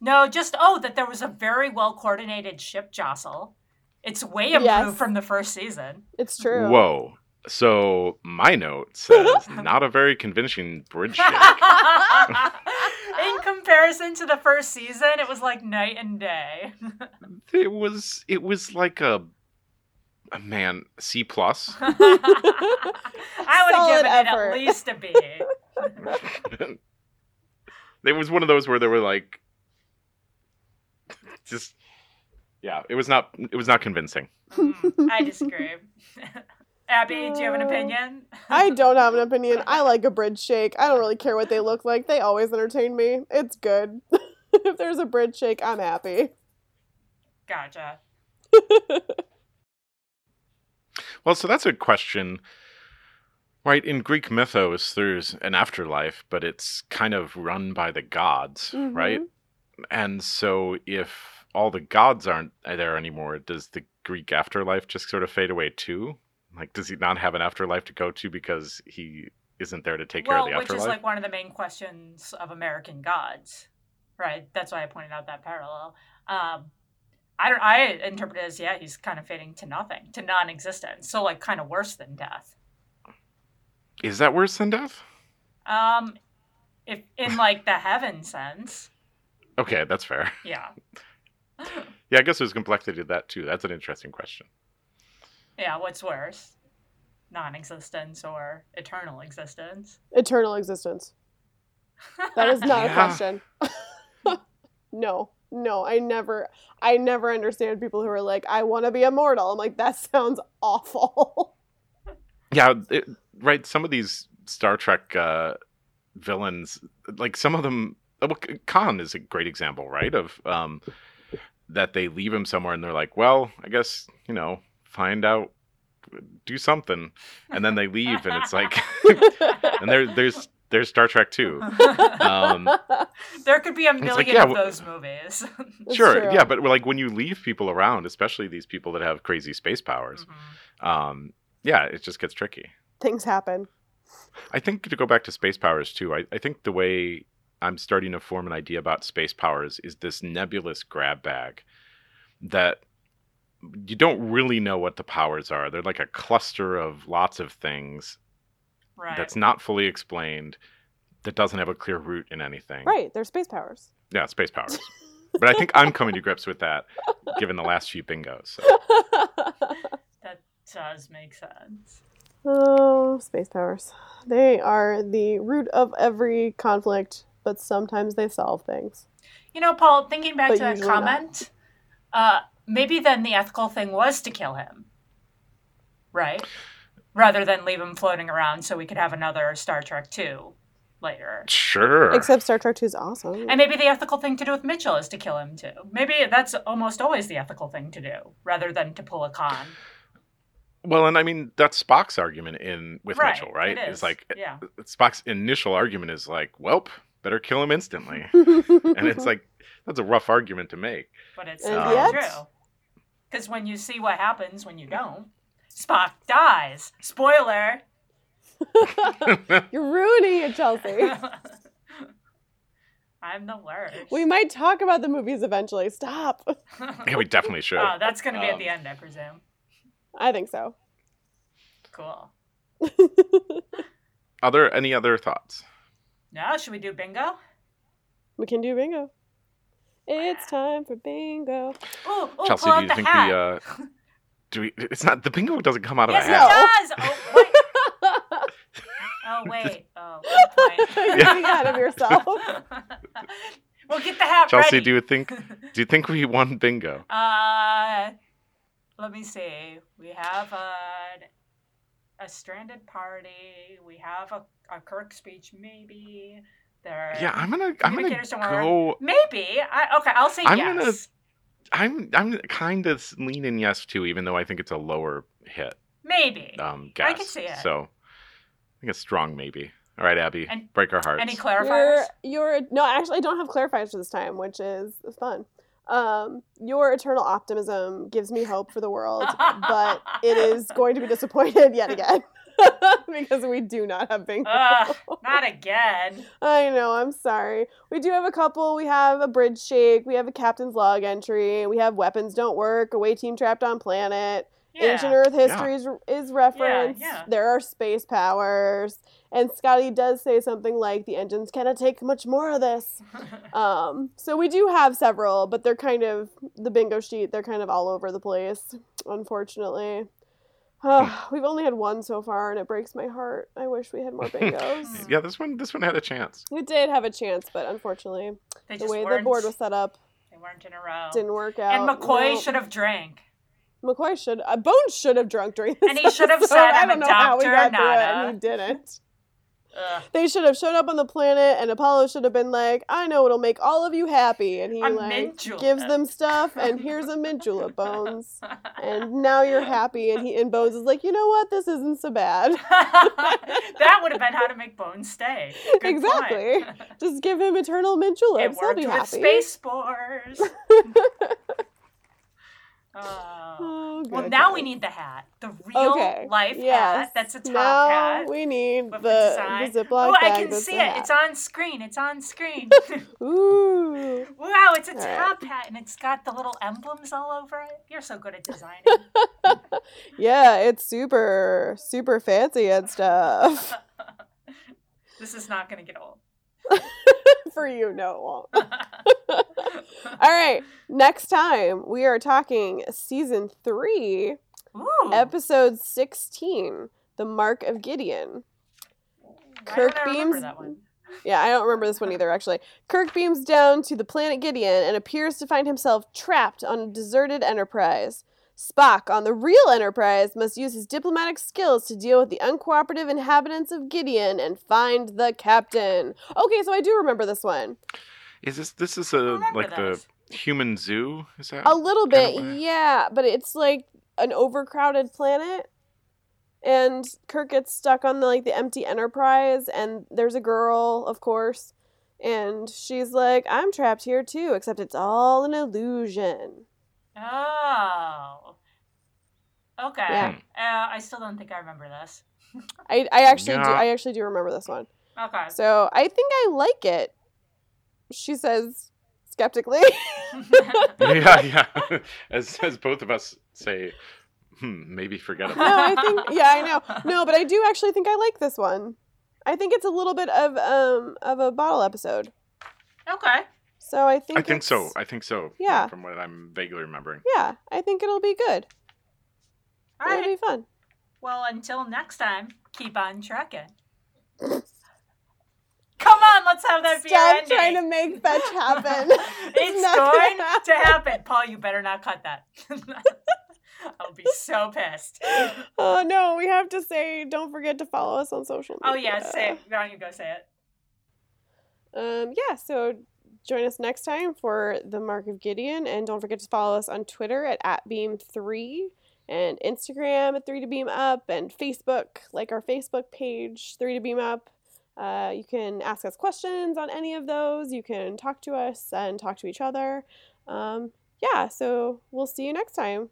Speaker 2: No, just oh, that there was a very well coordinated ship jostle. It's way improved
Speaker 3: Yes.
Speaker 2: from the first season. [LAUGHS]
Speaker 3: It's true.
Speaker 1: Whoa. So my
Speaker 2: [LAUGHS]
Speaker 1: note says not a very convincing bridge shake.
Speaker 2: In comparison to the first season, it was like night and day.
Speaker 1: It was it was like a, a man C
Speaker 2: [LAUGHS]
Speaker 1: plus.
Speaker 2: I would have
Speaker 3: Solid
Speaker 2: given it
Speaker 3: effort.
Speaker 2: at least a B.
Speaker 1: it was one of those where they were like, just yeah. It was not it was not convincing.
Speaker 2: Mm, I disagree. [LAUGHS] Abby, do you have an opinion?
Speaker 3: I don't have an opinion. I like a bridge shake. I don't really care what they look like. They always entertain me. It's good. [LAUGHS] if there's a bridge shake, I'm happy.
Speaker 2: Gotcha.
Speaker 1: Well, so that's a question. Right, in Greek mythos, there's an afterlife, but it's kind of run by the gods,
Speaker 2: Mm-hmm.
Speaker 3: Mhm.
Speaker 1: right? And so, if all the gods aren't there anymore, does the Greek afterlife just sort of fade away too? Like, does he not have an afterlife to go to because he isn't there to take
Speaker 2: well,
Speaker 1: care of
Speaker 2: which
Speaker 1: the
Speaker 2: is
Speaker 1: afterlife?
Speaker 2: like one of the main questions of American Gods, right? That's why I pointed out that parallel. Um, I don't. I interpret it as yeah, he's kind of fading to nothing, to non-existence. So like, kind of worse than death.
Speaker 1: Is that worse than death?
Speaker 2: Um, if in like the heaven sense,
Speaker 1: Okay, that's fair. [LAUGHS]
Speaker 2: yeah,
Speaker 1: Yeah, I guess there's complexity to that too. That's an interesting question.
Speaker 2: yeah. What's worse, non-existence or eternal existence?
Speaker 3: Eternal existence. [LAUGHS] That is not
Speaker 1: Yeah.
Speaker 3: a question. [LAUGHS] no. No, I never I never understand people who are like, I want to be immortal. I'm like, that sounds awful.
Speaker 1: Yeah, it, right. Some of these Star Trek uh, villains, like some of them, well, K- Khan is a great example, right? Of um, that they leave him somewhere and they're like, well, I guess you know, find out, do something, and
Speaker 3: [LAUGHS]
Speaker 1: then they leave, and it's like, [LAUGHS] and there, there's there's Star Trek
Speaker 2: [LAUGHS]
Speaker 1: too. Um,
Speaker 2: there could be a million
Speaker 1: like, yeah,
Speaker 2: of
Speaker 1: w-
Speaker 2: those movies.
Speaker 3: [LAUGHS] It's
Speaker 1: sure,
Speaker 3: true.
Speaker 1: yeah, but like when you leave people around, especially these people that have crazy space
Speaker 2: [LAUGHS]
Speaker 1: powers,
Speaker 2: Mhm.
Speaker 1: um, yeah, it just gets tricky.
Speaker 3: Things happen.
Speaker 1: I think to go back to space powers too, I, I think the way I'm starting to form an idea about space powers is this nebulous grab bag that you don't really know what the powers are. They're like a cluster of lots of things
Speaker 2: Right.
Speaker 1: that's not fully explained, that doesn't have a clear root in anything.
Speaker 3: Right. They're space powers.
Speaker 1: [LAUGHS] Yeah, space
Speaker 2: [LAUGHS]
Speaker 1: powers. but I think I'm coming to grips with that given the last few bingos.
Speaker 2: [LAUGHS]
Speaker 1: So.
Speaker 2: That does make sense.
Speaker 3: Oh, space powers. They are the root of every conflict, but sometimes they solve things.
Speaker 2: You know, Paul, thinking back
Speaker 3: But
Speaker 2: to that
Speaker 3: usually not.
Speaker 2: comment, uh, maybe then the ethical thing was to kill him, right? Rather than leave him floating around so we could have another Star Trek 2 later.
Speaker 1: Sure.
Speaker 3: Except Star Trek 2 is awesome. [LAUGHS]
Speaker 2: And maybe the ethical thing to do with Mitchell is to kill him too. Maybe that's almost always the ethical thing to do, rather than to pull a con.
Speaker 1: well, and I mean that's Spock's argument in with
Speaker 2: right,
Speaker 1: Mitchell, right?
Speaker 2: It is.
Speaker 1: It's like
Speaker 2: yeah,
Speaker 1: Spock's initial argument is like, "Welp, better kill him instantly," and it's like that's a rough argument to make.
Speaker 2: but it's
Speaker 3: And
Speaker 2: not
Speaker 1: yet-
Speaker 2: true. Because when you see what happens when you don't, Spock dies. Spoiler. [LAUGHS]
Speaker 3: You're ruining it,
Speaker 2: [LAUGHS]
Speaker 3: Chelsea.
Speaker 2: I'm the worst.
Speaker 3: we might talk about the movies eventually. Stop.
Speaker 1: [LAUGHS] yeah, we definitely should.
Speaker 2: oh, that's going to be at
Speaker 1: Um,
Speaker 2: the end, I presume.
Speaker 3: I think so. [LAUGHS]
Speaker 2: Cool.
Speaker 1: Are there any other thoughts?
Speaker 2: Now, should we do bingo?
Speaker 3: We can do bingo. It's time for bingo. [LAUGHS]
Speaker 2: Ooh, ooh
Speaker 1: Chelsea, do
Speaker 2: Oh, pull out
Speaker 1: you
Speaker 2: the
Speaker 1: think
Speaker 2: hat.
Speaker 1: we? Uh, do we? It's not the bingo doesn't come out of
Speaker 2: yes,
Speaker 1: a hat.
Speaker 2: it does. Oh, wait. oh
Speaker 1: [LAUGHS]
Speaker 2: wait. Oh, good
Speaker 3: You're [LAUGHS]
Speaker 2: point.
Speaker 3: getting ahead of yourself.
Speaker 2: we'll get the hat
Speaker 1: Chelsea,
Speaker 2: ready.
Speaker 1: do you think? Do you think we won bingo?
Speaker 2: [LAUGHS] Uh, let me see. We have a a stranded party. We have a, a Kirk speech, maybe. There.
Speaker 1: Yeah, I'm gonna. I'm gonna
Speaker 2: Communicators don't work.
Speaker 1: go.
Speaker 2: Maybe. I, okay, I'll say
Speaker 1: I'm gonna-
Speaker 2: yes.
Speaker 1: I'm. I'm kind of leaning yes too, even though I think it's a lower hit.
Speaker 2: Maybe.
Speaker 1: Um, guess.
Speaker 2: I can see it.
Speaker 1: So, I think it's strong. Maybe. All right, Abby.
Speaker 2: And-
Speaker 1: break our hearts.
Speaker 2: Any [LAUGHS] clarifiers?
Speaker 3: Your, your no, actually, I don't have clarifiers for this time, which is fun. Um, your eternal optimism gives me hope for the world, but it is going to be disappointed yet again [LAUGHS] because we do not have bingo.
Speaker 2: Ugh, not again.
Speaker 3: [LAUGHS] I know. I'm sorry. We do have a couple. We have a bridge shake. We have a captain's log entry. We have weapons don't work. Away team trapped on planet.
Speaker 2: Yeah.
Speaker 3: Ancient Earth history is, is referenced.
Speaker 2: yeah.
Speaker 3: There are space powers, and Scotty does say something like, "The engines cannot take much more of
Speaker 2: [LAUGHS]
Speaker 3: this." Um, so we do have several, but they're kind of the bingo sheet. They're kind of all over the place, unfortunately. [SIGHS] Ugh, we've only had one so far, and it breaks my heart. I wish we had more bingos.
Speaker 1: Yeah, this one this one had a chance.
Speaker 3: we did have a chance, but unfortunately,
Speaker 2: [LAUGHS] they
Speaker 3: the
Speaker 2: just
Speaker 3: way
Speaker 2: weren't,
Speaker 3: the board was set up
Speaker 2: they weren't in a row.
Speaker 3: didn't work out.
Speaker 2: and McCoy
Speaker 3: Nope.
Speaker 2: should
Speaker 3: [LAUGHS]
Speaker 2: have drank.
Speaker 3: McCoy should uh, Bones should have drunk during this.
Speaker 2: And he should
Speaker 3: [LAUGHS]
Speaker 2: have
Speaker 3: episode.
Speaker 2: said,
Speaker 3: I
Speaker 2: "I'm a
Speaker 3: don't know how we
Speaker 2: doctor,
Speaker 3: got through it,"
Speaker 2: not a-
Speaker 3: and he didn't.
Speaker 2: Ugh.
Speaker 3: They should have shown up on the planet, and Apollo should have been like, "I know what'll make all of you happy," and he
Speaker 2: A
Speaker 3: like
Speaker 2: mint julep.
Speaker 3: gives them stuff, and here's a mint julep, Bones, and now
Speaker 2: [LAUGHS]
Speaker 3: you're happy. And he and Bones is like, "You know what? This isn't so bad. [LAUGHS]
Speaker 2: that would have been how to make Bones stay. Good point. [LAUGHS]
Speaker 3: Exactly. Just give him eternal mint juleps.
Speaker 2: it
Speaker 3: He'll
Speaker 2: worked
Speaker 3: be
Speaker 2: with
Speaker 3: happy."
Speaker 2: space spores.
Speaker 3: [LAUGHS]
Speaker 2: Oh.
Speaker 3: Oh,
Speaker 2: Well,
Speaker 3: good
Speaker 2: now we
Speaker 3: God.
Speaker 2: need the hat, the real life
Speaker 3: yes.
Speaker 2: hat. That's a top
Speaker 3: now
Speaker 2: hat.
Speaker 3: We need the,
Speaker 2: with
Speaker 3: the,
Speaker 2: design.
Speaker 3: Ziploc
Speaker 2: Oh,
Speaker 3: bag
Speaker 2: I can
Speaker 3: that's
Speaker 2: see
Speaker 3: the
Speaker 2: it.
Speaker 3: hat.
Speaker 2: It's on screen. It's
Speaker 3: [LAUGHS]
Speaker 2: on screen.
Speaker 3: Ooh.
Speaker 2: wow, it's a
Speaker 3: All right.
Speaker 2: top hat and it's got the little emblems all over it. You're so good
Speaker 3: [LAUGHS]
Speaker 2: at designing.
Speaker 3: Yeah, it's super, super fancy and stuff.
Speaker 2: this is not going to get
Speaker 3: [LAUGHS]
Speaker 2: old. [LAUGHS]
Speaker 3: For you, no, it won't. All right, next time we are talking season three,
Speaker 2: Ooh.
Speaker 3: episode 16 The Mark of Gideon.
Speaker 2: Why don't
Speaker 3: Kirk
Speaker 2: I remember
Speaker 3: Beams-
Speaker 2: that one?
Speaker 3: Yeah, I don't remember this one either, actually. Kirk beams down to the planet Gideon and appears to find himself trapped on a deserted Enterprise. Spock, on the real Enterprise, must use his diplomatic skills to deal with the uncooperative inhabitants of Gideon and find the captain. Okay, so I do remember this one.
Speaker 1: Is this this is a
Speaker 2: remember
Speaker 1: like
Speaker 2: those.
Speaker 1: the human zoo? Is that
Speaker 3: A little
Speaker 1: Kinda
Speaker 3: bit,
Speaker 1: way.
Speaker 3: yeah, but it's like an overcrowded planet. And Kirk gets stuck on the like the empty Enterprise, and there's a girl, of course, and she's like, "I'm trapped here too, except it's all an illusion."
Speaker 2: Oh. Okay.
Speaker 3: Yeah.
Speaker 2: Uh, I still don't think I remember this.
Speaker 3: I, I actually do
Speaker 1: Yeah.
Speaker 3: I actually do remember this one, [LAUGHS]
Speaker 2: Okay.
Speaker 3: so I think I like it. She says skeptically. [LAUGHS]
Speaker 1: [LAUGHS] yeah, yeah. As as both of us say, hmm, maybe forget
Speaker 3: [LAUGHS] no,
Speaker 1: about.
Speaker 3: I think yeah, I know. No, but I do actually think I like this one. I think it's a little bit of um of a bottle episode.
Speaker 2: okay.
Speaker 3: So I think
Speaker 1: I think so.
Speaker 3: it's-
Speaker 1: I think so.
Speaker 3: Yeah.
Speaker 1: From what I'm vaguely remembering.
Speaker 3: yeah, I think it'll be good.
Speaker 2: All
Speaker 3: it'll
Speaker 2: right.
Speaker 3: be fun.
Speaker 2: Well, until next time, keep on trucking. Come on, let's have that be our
Speaker 3: Stop
Speaker 2: ending. [LAUGHS]
Speaker 3: trying to make fetch happen. [LAUGHS]
Speaker 2: it's
Speaker 3: not gonna
Speaker 2: going
Speaker 3: happen.
Speaker 2: to happen. Paul, you better not cut that. [LAUGHS] I'll be so pissed.
Speaker 3: [LAUGHS] oh no, we have to say. Don't forget to follow us on social. media.
Speaker 2: Oh yeah, say it. Why don't you go say it?
Speaker 3: Um, yeah. So join us next time for the Mark of Gideon, and don't forget to follow us on Twitter at, at Beam Three and Instagram at Three to Beam Up and Facebook, like our Facebook page, Three to Beam Up. Uh, you can ask us questions on any of those. You can talk to us and talk to each other. Um, yeah. So we'll see you next time.